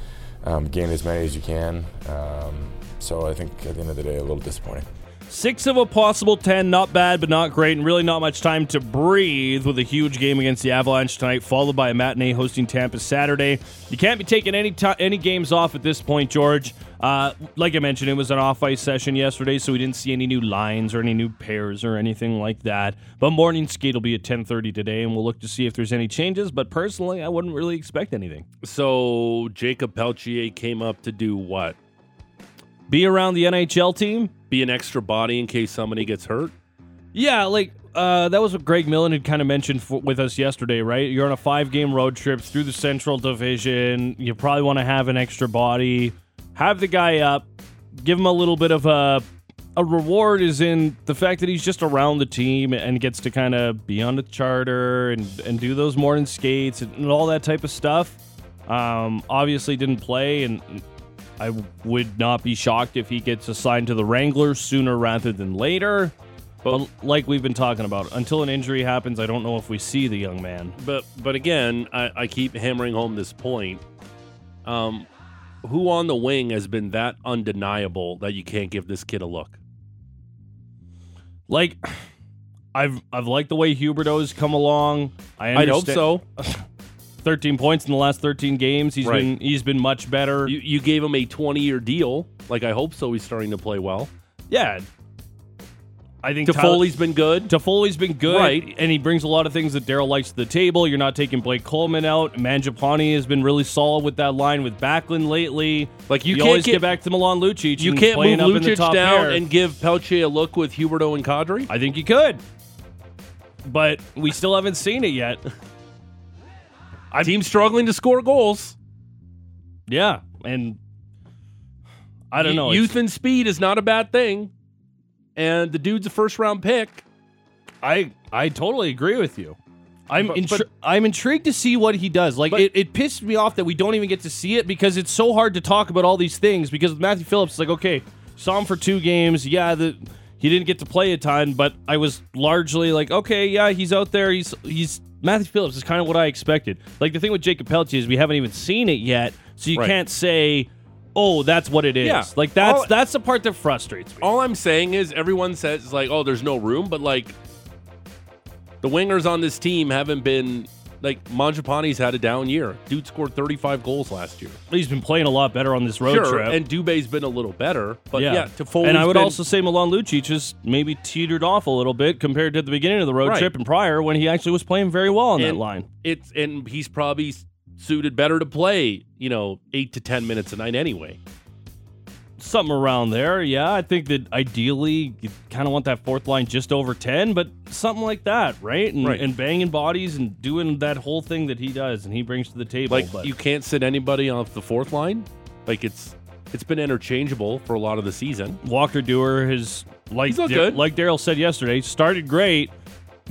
Speaker 9: um, gain as many as you can. Um, so, I think at the end of the day, a little disappointing.
Speaker 5: Six of a possible ten, not bad, but not great, and really not much time to breathe with a huge game against the Avalanche tonight, followed by a matinee hosting Tampa Saturday. You can't be taking any ti any games off at this point, George. Uh, like I mentioned, it was an off ice session yesterday, so we didn't see any new lines or any new pairs or anything like that. But morning skate will be at ten thirty today, and we'll look to see if there's any changes. But personally, I wouldn't really expect anything.
Speaker 4: So Jacob Peltier came up to do what?
Speaker 5: Be around the NHL team,
Speaker 4: Be an extra body in case somebody gets hurt.
Speaker 5: Yeah, like uh, that was what Greg Millen had kind of mentioned for, with us yesterday, right? You're on a five game road trip through the Central Division. You probably want to have an extra body. Have the guy up, give him a little bit of a. A reward is in the fact that he's just around the team and gets to kind of be on the charter and, and do those morning skates and, and all that type of stuff. Um, obviously, didn't play, and I would not be shocked if he gets assigned to the Wranglers sooner rather than later. But like we've been talking about, until an injury happens, I don't know if we see the young man.
Speaker 4: But but again, I, I keep hammering home this point. Um, who on the wing has been that undeniable that you can't give this kid a look?
Speaker 5: Like, I've I've liked the way Huberto's come along. I
Speaker 4: I'd hope
Speaker 5: understand-
Speaker 4: so.
Speaker 5: Thirteen points in the last thirteen games. He's
Speaker 4: Right.
Speaker 5: been he's been much better.
Speaker 4: You, you gave him a 20 year deal. Like, I hope so. He's starting to play well.
Speaker 5: yeah, I think Tyler-
Speaker 4: Toffoli's been good.
Speaker 5: Toffoli's been good,
Speaker 4: Right.
Speaker 5: And he brings a lot of things that Daryl likes to the table. You're not taking Blake Coleman out. Manjapani has been really solid with that line with Backlund lately.
Speaker 4: Like, you
Speaker 5: you
Speaker 4: can't
Speaker 5: always
Speaker 4: get-
Speaker 5: get, back to Milan Lucic.
Speaker 4: You
Speaker 5: and
Speaker 4: can't
Speaker 5: playing
Speaker 4: move
Speaker 5: up in the
Speaker 4: Lucic
Speaker 5: top
Speaker 4: down
Speaker 5: pair.
Speaker 4: and give Pelche a look with Huberto and Kadri.
Speaker 5: I think you could, but we still haven't seen it yet.
Speaker 4: Team struggling to score goals.
Speaker 5: Yeah, and I don't know.
Speaker 4: Youth
Speaker 5: It's-
Speaker 4: and speed is not a bad thing. And the dude's a first round pick.
Speaker 5: I I totally agree with you. I'm
Speaker 4: But-
Speaker 5: intri-
Speaker 4: but-
Speaker 5: I'm intrigued to see what he does. Like
Speaker 4: But-
Speaker 5: it, it pissed me off that we don't even get to see it because it's so hard to talk about all these things. Because with Matthew Phillips, it's like okay, saw him for two games. Yeah, the he didn't get to play a ton, but I was largely like okay, yeah, he's out there. He's he's Matthew Phillips is kind of what I expected. Like the thing with Jacob Peltier is we haven't even seen it yet, so you
Speaker 4: Right.
Speaker 5: can't say oh, that's what it is.
Speaker 4: Yeah.
Speaker 5: Like that's
Speaker 4: All-
Speaker 5: that's the part that frustrates me.
Speaker 4: All I'm saying is everyone says like, oh, there's no room, but like the wingers on this team haven't been like Manjapani's had a down year. Dude scored 35 goals last year.
Speaker 5: He's been playing a lot better on this road
Speaker 4: sure,
Speaker 5: trip.
Speaker 4: and Dubé's been a little better, but yeah, to Toffoli's
Speaker 5: and I would
Speaker 4: been-
Speaker 5: also say Milan Lucic has maybe teetered off a little bit compared to the beginning of the road
Speaker 4: Right.
Speaker 5: trip and prior when he actually was playing very well on that
Speaker 4: And-
Speaker 5: line.
Speaker 4: it's and he's probably suited better to play, you know, eight to ten minutes a night anyway.
Speaker 5: Something around there, yeah. I think that ideally you kind of want that fourth line just over ten, but something like that, right? And,
Speaker 4: Right.
Speaker 5: and banging bodies and doing that whole thing that he does and he brings to the table.
Speaker 4: Like
Speaker 5: but
Speaker 4: you can't sit anybody off the fourth line. Like it's it's been interchangeable for a lot of the season.
Speaker 5: Walker Dewar has like
Speaker 4: He's looked
Speaker 5: Dar-
Speaker 4: good.
Speaker 5: like Daryl said yesterday, started great,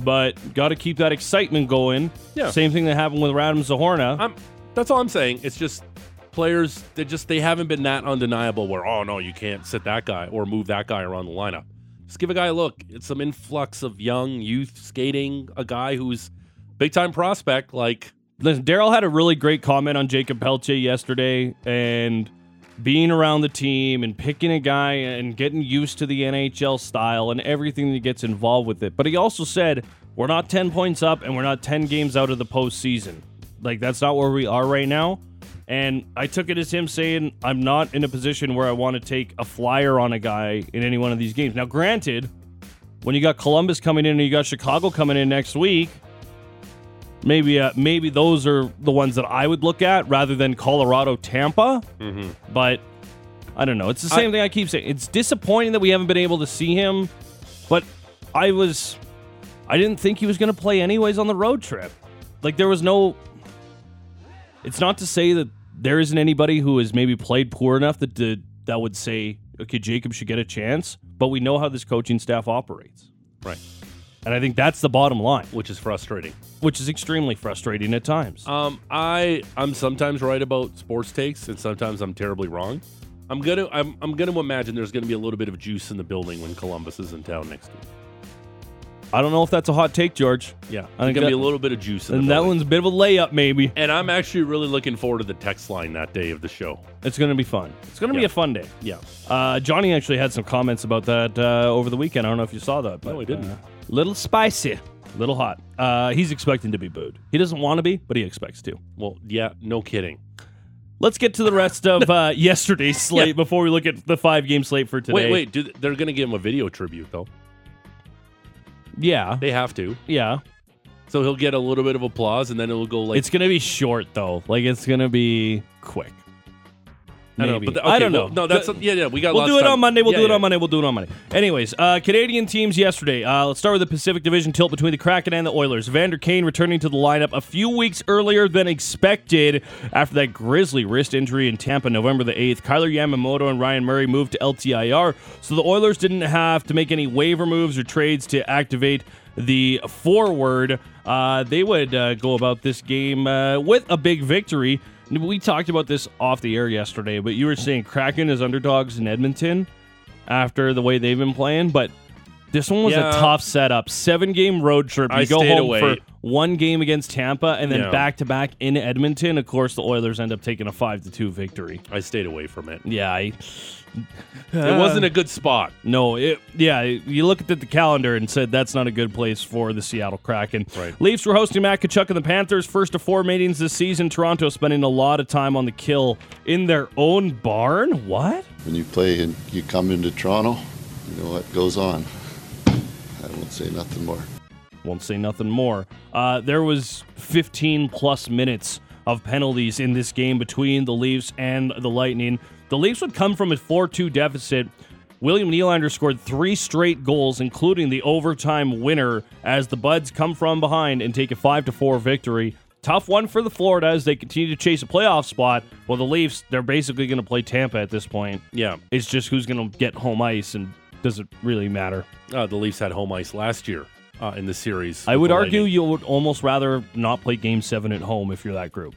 Speaker 5: but got to keep that excitement going.
Speaker 4: Yeah.
Speaker 5: Same thing that happened with Radom Zahorna.
Speaker 4: I'm that's all I'm saying. It's just players they just they haven't been that undeniable where oh no, you can't sit that guy or move that guy around the lineup. Just give a guy a look. It's some influx of young youth skating, a guy who's big time prospect, like
Speaker 5: Listen, Daryl had a really great comment on Jacob Pelche yesterday and being around the team and picking a guy and getting used to the NHL style and everything that gets involved with it. But he also said, we're not 10 points up and we're not 10 games out of the postseason. Like, that's not where we are right now. And I took it as him saying, I'm not in a position where I want to take a flyer on a guy in any one of these games. Now, granted, when you got Columbus coming in and you got Chicago coming in next week, maybe uh, maybe those are the ones that I would look at rather than Colorado Tampa. But I don't know. It's the same thing I keep saying. It's disappointing that we haven't been able to see him. But I was, I didn't think he was going to play anyways on the road trip. Like there was no. It's not to say that there isn't anybody who has maybe played poor enough that to, that would say, okay, Jacob should get a chance. But we know how this coaching staff operates.
Speaker 4: Right.
Speaker 5: And I think that's the bottom line,
Speaker 4: which is frustrating.
Speaker 5: which is extremely frustrating at times.
Speaker 4: Um, I I'm sometimes right about sports takes, and sometimes I'm terribly wrong. I'm gonna I'm, I'm gonna imagine there's gonna be a little bit of juice in the building when Columbus is in town next week.
Speaker 5: I don't know if that's a hot take, George.
Speaker 4: Yeah,
Speaker 5: I
Speaker 4: there's
Speaker 5: think
Speaker 4: gonna
Speaker 5: that-
Speaker 4: be a little bit of juice in the
Speaker 5: And that
Speaker 4: building.
Speaker 5: one's a bit of a layup, maybe.
Speaker 4: And I'm actually really looking forward to the text line that day of the show.
Speaker 5: It's going to be fun. It's going to be
Speaker 4: Yeah.
Speaker 5: a fun day.
Speaker 4: Yeah,
Speaker 5: Uh, Johnny actually had some comments about that uh, over the weekend. I don't know if you saw that. But,
Speaker 4: I didn't.
Speaker 5: uh, little spicy, little hot. Uh, he's expecting to be booed. He doesn't want to be, but he expects to.
Speaker 4: well, yeah, no kidding.
Speaker 5: Let's get to the rest of uh, yesterday's slate before we look at the five game slate for today.
Speaker 4: Wait, wait, do, they're gonna give him a video tribute though.
Speaker 5: Yeah,
Speaker 4: They have to,
Speaker 5: yeah.
Speaker 4: so he'll get a little bit of applause, and then it'll go like
Speaker 5: it's going to be short though. Like it's going to be quick.
Speaker 4: I don't know.
Speaker 5: Maybe.
Speaker 4: But the-
Speaker 5: I
Speaker 4: okay,
Speaker 5: don't know.
Speaker 4: well, no, that's
Speaker 5: The-
Speaker 4: yeah, yeah. We got.
Speaker 5: We'll
Speaker 4: lots
Speaker 5: do it
Speaker 4: time.
Speaker 5: on Monday. We'll
Speaker 4: Yeah,
Speaker 5: do it
Speaker 4: yeah.
Speaker 5: on Monday. We'll do it on Monday. Anyways, uh, Canadian teams yesterday. Uh, let's start with the Pacific Division tilt between the Kraken and the Oilers. Vander Kane returning to the lineup a few weeks earlier than expected after that grisly wrist injury in Tampa, November the eighth. Kyler Yamamoto and Ryan Murray moved to LTIR, so the Oilers didn't have to make any waiver moves or trades to activate the forward. Uh, they would uh, go about this game uh, with a big victory. We talked about this off the air yesterday, but you were saying Kraken is underdogs in Edmonton after the way they've been playing, but this one was
Speaker 4: Yeah.
Speaker 5: a tough setup. Seven game road trip. You
Speaker 4: I
Speaker 5: go
Speaker 4: stayed
Speaker 5: home
Speaker 4: away.
Speaker 5: for one game against Tampa and
Speaker 4: Yeah.
Speaker 5: then back to back in Edmonton. Of course, the Oilers end up taking a five to two victory.
Speaker 4: I stayed away from it.
Speaker 5: Yeah, I,
Speaker 4: it wasn't a good spot.
Speaker 5: no, it, yeah, you looked at the calendar and said that's not a good place for the Seattle Kraken.
Speaker 4: Right.
Speaker 5: Leafs were hosting Matt Kachuk and the Panthers. First of four meetings this season. Toronto spending a lot of time on the kill in their own barn. What?
Speaker 8: When you play and you come into Toronto, you know what goes on. I won't say nothing more.
Speaker 5: Won't say nothing more. Uh, there was 15 plus minutes of penalties in this game between the Leafs and the Lightning. The Leafs would come from a 4-2 deficit. William Nylander scored three straight goals, including the overtime winner, as the Buds come from behind and take a 5-4 victory. Tough one for the Florida as they continue to chase a playoff spot. Well, the Leafs, they're basically going to play Tampa at this point.
Speaker 4: Yeah,
Speaker 5: It's just who's going to get home ice, and does it really matter?
Speaker 4: uh, the Leafs had home ice last year uh, in the series.
Speaker 5: I
Speaker 4: with
Speaker 5: would
Speaker 4: the
Speaker 5: argue
Speaker 4: Lightning.
Speaker 5: you would almost rather not play game seven at home if you're that group.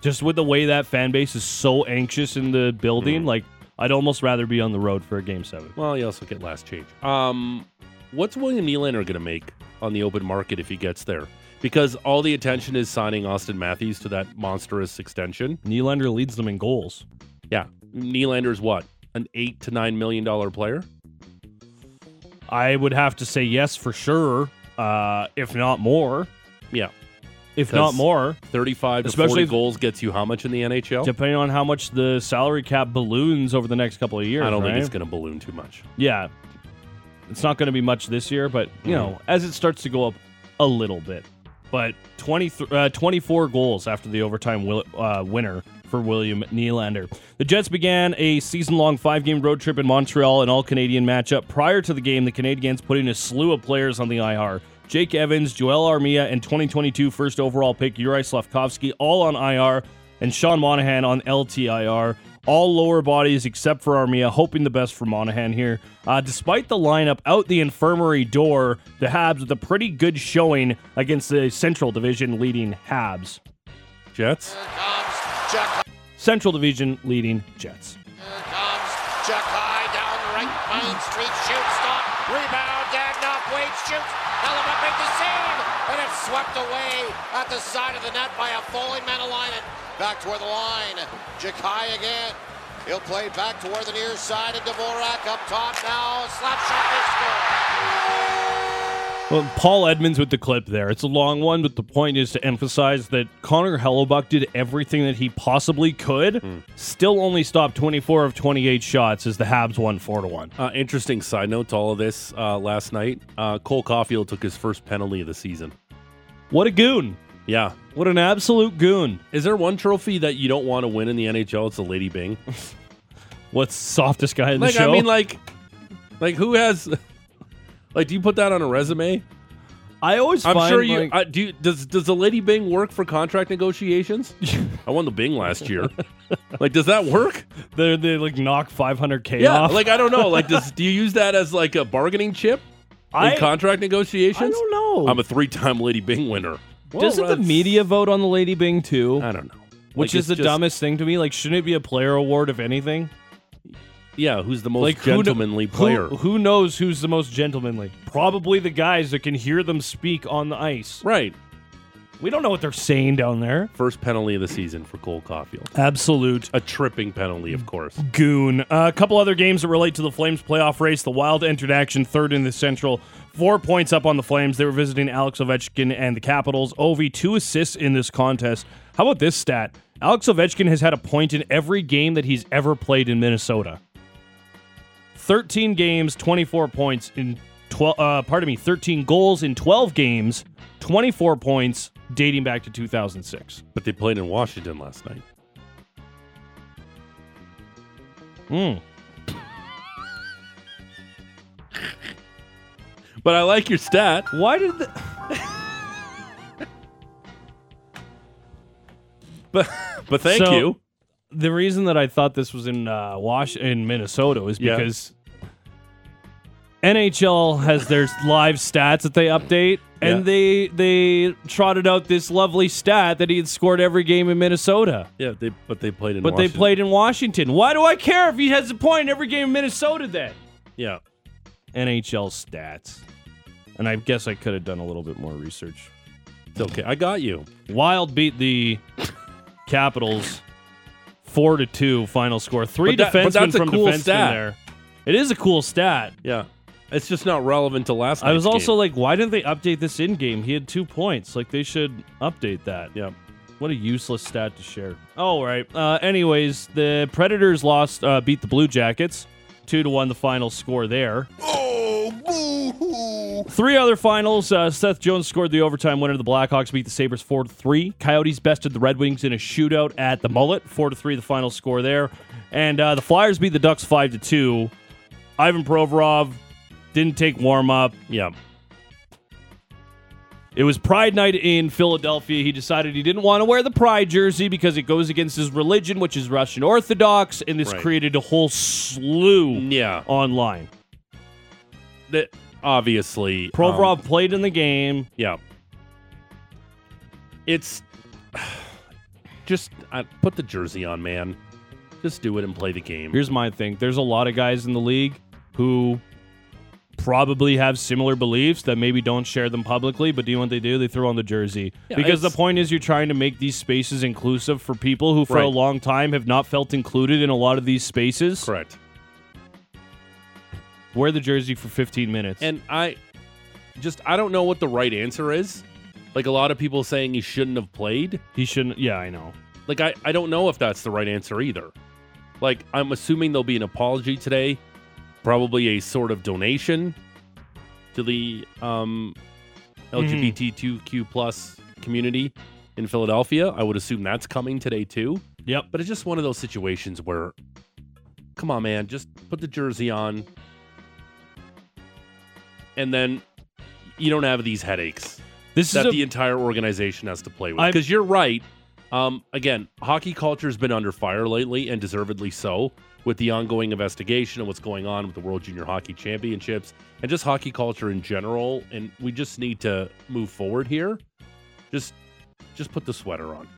Speaker 5: Just with the way that fan base is so anxious in the building,
Speaker 4: Hmm.
Speaker 5: like I'd almost rather be on the road for a game seven.
Speaker 4: Well, you also get last change. Um, what's William Nylander going to make on the open market if he gets there? Because all the attention is signing Austin Matthews to that monstrous extension.
Speaker 5: Nylander leads them in goals.
Speaker 4: Yeah, Nylander's what? An eight to nine million dollar player?
Speaker 5: I would have to say yes for sure, uh, if not more.
Speaker 4: Yeah.
Speaker 5: If not
Speaker 4: Because-
Speaker 5: more,
Speaker 4: Thirty-five to
Speaker 5: Especially
Speaker 4: forty
Speaker 5: if-
Speaker 4: goals gets you how much in the NHL?
Speaker 5: depending on how much the salary cap balloons over the next couple of years.
Speaker 4: I don't
Speaker 5: right?
Speaker 4: think it's going to balloon too much.
Speaker 5: Yeah. It's not going to be much this year, but, you know, as it starts to go up a little bit. But 20, uh, 24 goals after the overtime will, uh, winner for William Nylander. The Jets began a season long five game road trip in Montreal, an all Canadian matchup. Prior to the game, the Canadians put in a slew of players on the IR. Jake Evans, Joel Armia, and 2022 first overall pick Yuri Slavkovsky all on IR, and Sean Monahan on LTIR. All lower bodies except for Armia, hoping the best for Monahan here. Uh, despite the lineup out the infirmary door, the Habs with a pretty good showing against the Central Division leading Habs.
Speaker 4: Jets?
Speaker 3: Comes Jack,
Speaker 5: Central Division leading Jets.
Speaker 3: comes Jack High down right Main Street, shoots, stop, rebound, Dagnop, Wade shoots, Hellebuck make the save, and it's swept away at the side of the net by a falling Manalainen. Back toward the line, Jakai again. He'll play back toward the near side, and Dvorak up top now. Slap shot, they score.
Speaker 5: Well, Paul Edmonds with the clip there. It's a long one, but the point is to emphasize that Connor Hellebuck did everything that he possibly could.
Speaker 4: Hmm.
Speaker 5: Still only stopped 24 of 28 shots as the Habs won 4 to 1.
Speaker 4: Uh, interesting side note to all of this uh, last night. Uh, Cole Caulfield took his first penalty of the season.
Speaker 5: What a goon.
Speaker 4: Yeah.
Speaker 5: What an absolute goon.
Speaker 4: Is there one trophy that you don't want to win in the NHL? It's a Lady Bing.
Speaker 5: What's the softest guy in
Speaker 4: like
Speaker 5: the show?
Speaker 4: I mean, like, like who has? Like, do you put that on a resume?
Speaker 5: I always
Speaker 4: I'm
Speaker 5: find
Speaker 4: sure you
Speaker 5: like,
Speaker 4: I, do. you- Does does the Lady Bing work for contract negotiations? I won the Bing last year. like, does that work?
Speaker 5: they they like knock 500k
Speaker 4: Yeah.
Speaker 5: off.
Speaker 4: Like, I don't know. Like, does do you use that as like a bargaining chip in
Speaker 5: I,
Speaker 4: contract
Speaker 5: I
Speaker 4: negotiations?
Speaker 5: don't know.
Speaker 4: I'm a three-time Lady Bing winner. Well,
Speaker 5: Doesn't the
Speaker 4: that's-
Speaker 5: media vote on the Lady Bing too?
Speaker 4: I don't know.
Speaker 5: which
Speaker 4: Like,
Speaker 5: is
Speaker 4: it's
Speaker 5: the
Speaker 4: just-
Speaker 5: dumbest thing to me. Like, shouldn't it be a player award if anything?
Speaker 4: Yeah, who's the most
Speaker 5: like who kn-
Speaker 4: gentlemanly
Speaker 5: who-
Speaker 4: player?
Speaker 5: Who, knows who's the most gentlemanly? Probably the guys that can hear them speak on the ice.
Speaker 4: Right.
Speaker 5: We don't know what they're saying down there.
Speaker 4: First penalty of the season for Cole Caulfield.
Speaker 5: Absolute
Speaker 4: A tripping penalty, of course.
Speaker 5: goon. Uh, a couple other games that relate to the Flames playoff race. The Wild entered action third in the Central, four points up on the Flames. They were visiting Alex Ovechkin and the Capitals. Ovi two assists in this contest. How about this stat? Alex Ovechkin has had a point in every game that he's ever played in Minnesota. 13 games, 24 points in 12 uh, pardon me, 13 goals in 12 games, 24 points dating back to 2006.
Speaker 4: But they played in Washington last night. Hmm. But I like your stat.
Speaker 5: Why did the
Speaker 4: But but thank
Speaker 5: So-
Speaker 4: you.
Speaker 5: the reason that I thought this was in uh, Wash in Minnesota is
Speaker 4: Yeah.
Speaker 5: because NHL has their live stats that they update, and
Speaker 4: Yeah.
Speaker 5: they they trotted out this lovely stat that he had scored every game in Minnesota,
Speaker 4: Yeah, they but they played in.
Speaker 5: but
Speaker 4: Washington.
Speaker 5: they played in Washington. Why do I care if he has a point in every game in Minnesota? Then
Speaker 4: Yeah,
Speaker 5: NHL stats, and I guess I could have done a little bit more research.
Speaker 4: it's okay. I got you.
Speaker 5: Wild beat the Capitals four to two final score. Three
Speaker 4: But that- but
Speaker 5: defensemen
Speaker 4: that's a
Speaker 5: from
Speaker 4: cool
Speaker 5: defensemen
Speaker 4: stat.
Speaker 5: there. It is a cool stat.
Speaker 4: Yeah, it's just not relevant to last.
Speaker 5: I was
Speaker 4: night's
Speaker 5: also
Speaker 4: game.
Speaker 5: like, why didn't they update this in game? He had two points. Like they should update that.
Speaker 4: yeah.
Speaker 5: What a useless stat to share. All right. Uh, anyways, the Predators lost, uh, beat the Blue Jackets, two to one. The final score there. Three other finals. Uh, Seth Jones scored the overtime winner. The Blackhawks beat the Sabres 4 3. Coyotes bested the Red Wings in a shootout at the Mullet. 4 3, the final score there. And uh, the Flyers beat the Ducks 5 2. Ivan Provorov didn't take warm up.
Speaker 4: Yeah,
Speaker 5: It was Pride Night in Philadelphia. He decided he didn't want to wear the Pride jersey because it goes against his religion, which is Russian Orthodox. And this
Speaker 4: Right.
Speaker 5: created a whole slew
Speaker 4: yeah.
Speaker 5: online.
Speaker 4: That- obviously, um,
Speaker 5: Provorov played in the game.
Speaker 4: Yeah. It's just I, put the jersey on, man. Just do it and play the game.
Speaker 5: Here's my thing. There's a lot of guys in the league who probably have similar beliefs that maybe don't share them publicly, but do you know what they do? They throw on the jersey.
Speaker 4: Yeah,
Speaker 5: because the
Speaker 4: it's-
Speaker 5: point is you're trying to make these spaces inclusive for people who for a
Speaker 4: Right.
Speaker 5: long time have not felt included in a lot of these spaces.
Speaker 4: Correct.
Speaker 5: Wear the jersey for 15 minutes.
Speaker 4: And I just I don't know what the right answer is. Like a lot of people saying he shouldn't have played.
Speaker 5: he shouldn't Yeah, I know.
Speaker 4: Like I, I don't know if that's the right answer either. Like I'm assuming there'll be an apology today, probably a sort of donation to the um LGBTQ plus community in Philadelphia. I would assume that's coming today too.
Speaker 5: Yep.
Speaker 4: But it's just one of those situations where come on man, just put the jersey on. And then you don't have these headaches
Speaker 5: This is
Speaker 4: that
Speaker 5: a,
Speaker 4: the entire organization has to play with.
Speaker 5: I'm-
Speaker 4: Because you're right. Um, again, hockey culture has been under fire lately, and deservedly so, with the ongoing investigation and what's going on with the World Junior Hockey Championships and just hockey culture in general. And we just need to move forward here. Just, just put the sweater on,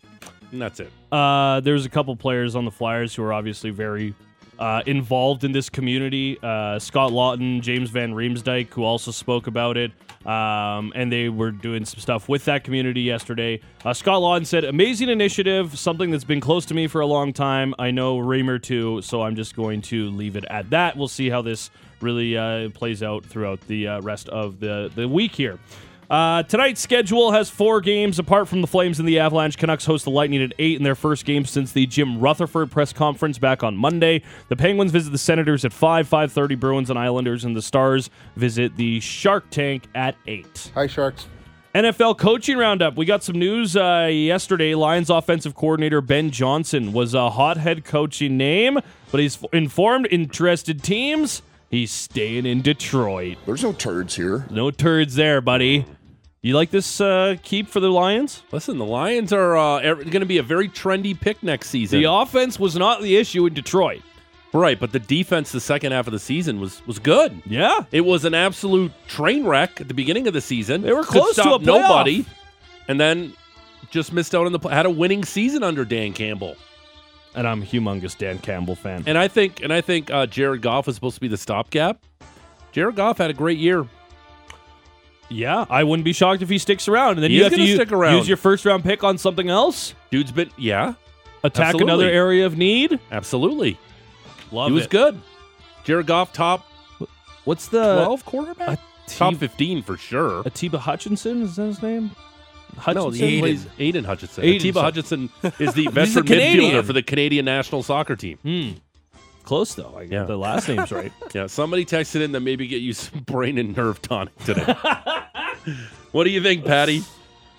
Speaker 4: and that's it.
Speaker 5: Uh, there's a couple players on the Flyers who are obviously very uh, involved in this community. Uh, Scott Lawton, James Van Riemsdyk, who also spoke about it. Um, and they were doing some stuff with that community yesterday. Uh, Scott Lawton said, Amazing initiative, something that's been close to me for a long time. I know Raymer too, so I'm just going to leave it at that. We'll see how this really uh, plays out throughout the uh, rest of the, the week here. Uh, tonight's schedule has four games. Apart from the Flames and the Avalanche, Canucks host the Lightning at 8 in their first game since the Jim Rutherford press conference back on Monday. The Penguins visit the Senators at 5, 5.30 Bruins and Islanders, and the Stars visit the Shark Tank at 8.
Speaker 10: Hi, Sharks.
Speaker 5: NFL coaching roundup. We got some news uh, yesterday. Lions offensive coordinator Ben Johnson was a hot head coaching name, but he's f- informed interested teams he's staying in Detroit.
Speaker 10: There's no turds here.
Speaker 5: No turds there, buddy. You like this uh, keep for the Lions?
Speaker 4: Listen, the Lions are uh, going to be a very trendy pick next season,
Speaker 5: The offense was not the issue in Detroit.
Speaker 4: right? But the defense, the second half of the season was was good.
Speaker 5: Yeah.
Speaker 4: It was an absolute train wreck at the beginning of the season.
Speaker 5: They were
Speaker 4: Could
Speaker 5: close to
Speaker 4: stop
Speaker 5: a playoff.
Speaker 4: nobody, and then just missed out on the pl- had a winning season under Dan Campbell.
Speaker 5: And I'm a humongous Dan Campbell fan.
Speaker 4: And I think and I think uh, Jared Goff was supposed to be the stopgap. Jared Goff had a great year.
Speaker 5: yeah, I wouldn't be shocked if he sticks around. And then
Speaker 4: He
Speaker 5: you
Speaker 4: is
Speaker 5: have to
Speaker 4: gonna
Speaker 5: u-
Speaker 4: stick around.
Speaker 5: use your first round pick on something else,
Speaker 4: Dude's been yeah,
Speaker 5: attack
Speaker 4: Absolutely.
Speaker 5: another area of need.
Speaker 4: absolutely.
Speaker 5: Love
Speaker 4: he was
Speaker 5: it.
Speaker 4: good. Jared Goff top
Speaker 5: What's the
Speaker 4: twelve quarterback,
Speaker 5: a
Speaker 4: top
Speaker 5: T-
Speaker 4: fifteen for sure.
Speaker 5: Atiba Hutchinson is that his name?
Speaker 4: No,
Speaker 5: Hutchinson.
Speaker 4: he plays Aiden Hutchinson.
Speaker 5: Aiden,
Speaker 4: Atiba
Speaker 5: sorry.
Speaker 4: Hudson is the
Speaker 5: He's a
Speaker 4: veteran
Speaker 5: Canadian.
Speaker 4: midfielder for the Canadian national soccer team.
Speaker 5: Close though. I
Speaker 4: Yeah.
Speaker 5: The last name's right.
Speaker 4: Yeah, somebody texted in that maybe get you some brain and nerve tonic today. what do you think, Patty?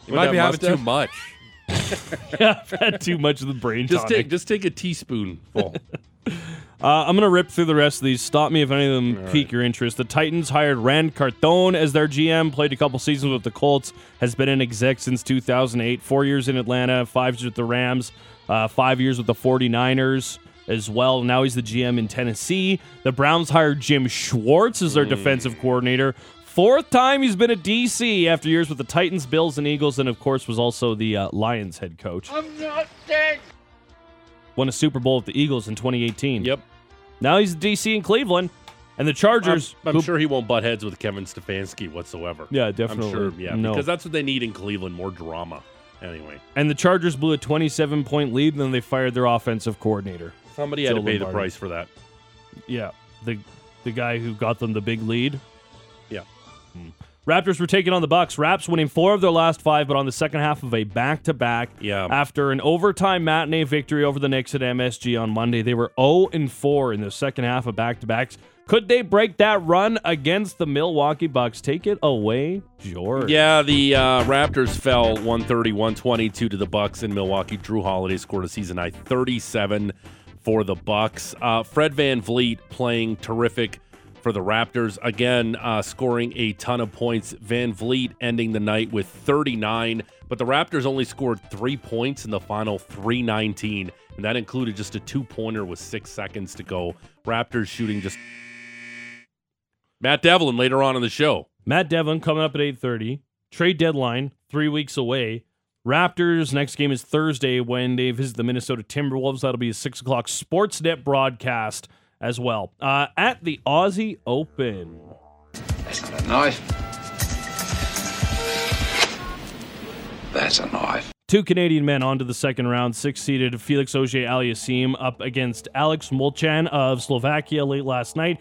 Speaker 7: You might be having too
Speaker 4: much.
Speaker 7: much.
Speaker 5: yeah, I've had too much of the brain
Speaker 4: Just
Speaker 5: tonic.
Speaker 4: take just take a teaspoonful.
Speaker 5: Uh, I'm going to rip through the rest of these. Stop me if any of them pique your interest. The Titans hired Rand Carthone as their GM, played a couple seasons with the Colts, has been an exec since 2008, four years in Atlanta, five years with the Rams, uh, five years with the 49ers as well. Now he's the GM in Tennessee. The Browns hired Jim Schwartz as their defensive coordinator. Fourth time he's been at DC after years with the Titans, Bills, and Eagles, and of course was also the uh, Lions head coach.
Speaker 3: I'm not dead.
Speaker 5: Won a Super Bowl with the Eagles in 2018.
Speaker 4: yep.
Speaker 5: Now he's DC in Cleveland, and the
Speaker 4: I'm,
Speaker 5: Chargers.
Speaker 4: I'm
Speaker 5: who-
Speaker 4: sure he won't butt heads with Kevin Stefanski whatsoever.
Speaker 5: Yeah, definitely.
Speaker 4: I'm sure, yeah,
Speaker 5: No.
Speaker 4: because that's what they need in Cleveland, more drama. Anyway,
Speaker 5: And the Chargers blew a 27 point lead, and then they fired their offensive coordinator.
Speaker 4: somebody had
Speaker 5: Joe
Speaker 4: to pay the
Speaker 5: Lombardi.
Speaker 4: price for that.
Speaker 5: Yeah, the the guy who got them the big lead.
Speaker 4: Yeah.
Speaker 5: Hmm. Raptors were taking on the Bucks. Raps winning four of their last five, but on the second half of a back to back.
Speaker 4: Yeah.
Speaker 5: After an overtime matinee victory over the Knicks at MSG on Monday, they were 0 and 4 in the second half of back to backs. Could they break that run against the Milwaukee Bucks? Take it away, George.
Speaker 4: Yeah, the uh, Raptors fell 130 122 to the Bucks in Milwaukee. Drew Holiday scored a season high 37 for the Bucks. Uh, Fred Van Vliet playing terrific for the Raptors. Again, uh, scoring a ton of points. Van Vliet ending the night with 39, but the Raptors only scored three points in the final 319, and that included just a two pointer with six seconds to go. Raptors shooting just. Matt Devlin later on in the show.
Speaker 5: Matt Devlin coming up at 8:30. Trade deadline 3 weeks away. Raptors next game is Thursday when they visit the Minnesota Timberwolves. That'll be a 6 o'clock Sportsnet broadcast as well. Uh, at the Aussie Open.
Speaker 10: He's got a knife. That's a knife.
Speaker 5: Two Canadian men on to the second round, six seeded Felix Auger Aliassim up against Alex Molchan of Slovakia late last night.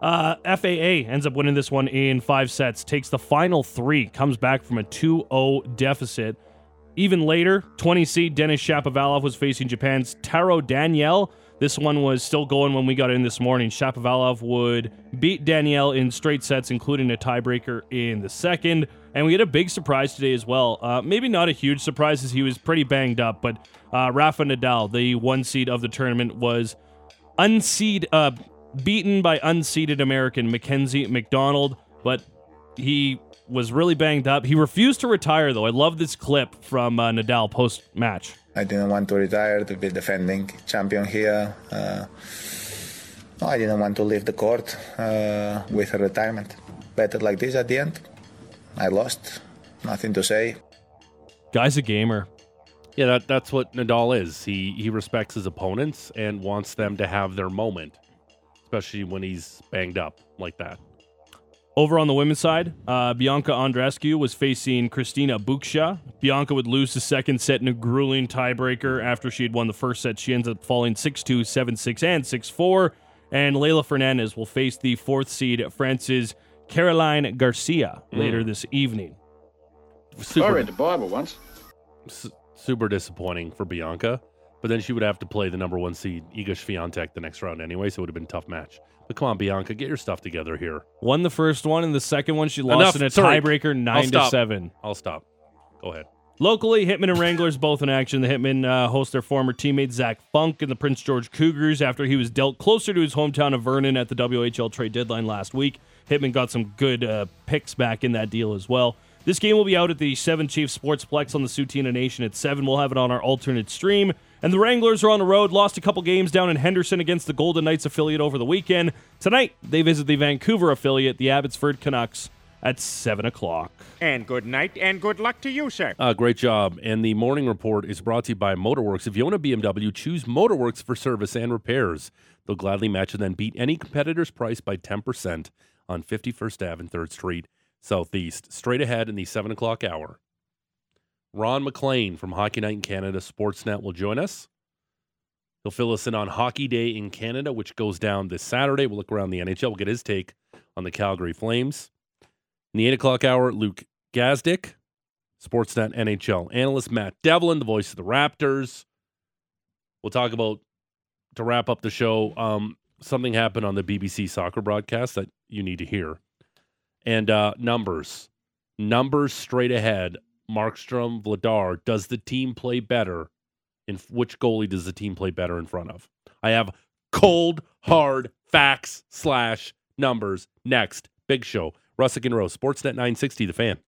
Speaker 5: Uh, FAA ends up winning this one in five sets, takes the final three, comes back from a 2 0 deficit. Even later, 20 seed Denis Shapovalov was facing Japan's Taro Danielle. This one was still going when we got in this morning. Shapovalov would beat Danielle in straight sets, including a tiebreaker in the second. And we had a big surprise today as well. Uh, maybe not a huge surprise as he was pretty banged up, but uh, Rafa Nadal, the one seed of the tournament, was unseed, uh, beaten by unseeded American Mackenzie McDonald, but he was really banged up. He refused to retire, though. I love this clip from uh, Nadal post match.
Speaker 11: I didn't want to retire to be defending champion here. Uh, no, I didn't want to leave the court uh, with a retirement. Better like this at the end. I lost. Nothing to say.
Speaker 5: Guy's a gamer.
Speaker 4: Yeah, that, that's what Nadal is. He he respects his opponents and wants them to have their moment, especially when he's banged up like that.
Speaker 5: Over on the women's side, uh, Bianca Andreescu was facing Christina Buksha. Bianca would lose the second set in a grueling tiebreaker after she had won the first set. She ends up falling 6 2, 7 6, and 6 4. And Layla Fernandez will face the fourth seed, France's Caroline Garcia,
Speaker 4: Mm.
Speaker 5: later this evening.
Speaker 10: I
Speaker 4: Super,
Speaker 10: read the Bible once.
Speaker 4: su- super disappointing for Bianca, but then she would have to play the number one seed Iga Swiatek the next round anyway, so it would have been a tough match. But come on, Bianca, get your stuff together here.
Speaker 5: Won the first one, and the second one she lost
Speaker 4: Enough,
Speaker 5: in a
Speaker 4: sorry.
Speaker 5: tiebreaker 9 to
Speaker 4: stop.
Speaker 5: 7.
Speaker 4: I'll stop. Go ahead.
Speaker 5: Locally, Hitman and Wranglers both in action. The Hitmen uh, host their former teammate Zach Funk and the Prince George Cougars after he was dealt closer to his hometown of Vernon at the WHL trade deadline last week. Hitman got some good uh, picks back in that deal as well. This game will be out at the Seven Chiefs Sportsplex on the Sutina Nation at seven. We'll have it on our alternate stream. And the Wranglers are on the road. Lost a couple games down in Henderson against the Golden Knights affiliate over the weekend. Tonight they visit the Vancouver affiliate, the Abbotsford Canucks, at seven o'clock.
Speaker 12: And good night and good luck to you, sir.
Speaker 4: Uh, great job. And the morning report is brought to you by Motorworks. If you own a BMW, choose Motorworks for service and repairs. They'll gladly match and then beat any competitor's price by 10% on 51st Ave and 3rd Street, Southeast, straight ahead in the 7 o'clock hour. Ron McLean from Hockey Night in Canada Sportsnet will join us. He'll fill us in on Hockey Day in Canada, which goes down this Saturday. We'll look around the NHL, we'll get his take on the Calgary Flames. In the 8 o'clock hour, Luke Gazdick Sportsnet NHL analyst Matt Devlin, the voice of the Raptors. We'll talk about to wrap up the show. Um, something happened on the BBC soccer broadcast that you need to hear, and uh, numbers, numbers straight ahead. Markstrom, Vladar. Does the team play better? In f- which goalie does the team play better in front of? I have cold hard facts slash numbers next. Big show. Russick and Rose, Sportsnet 960, the fan.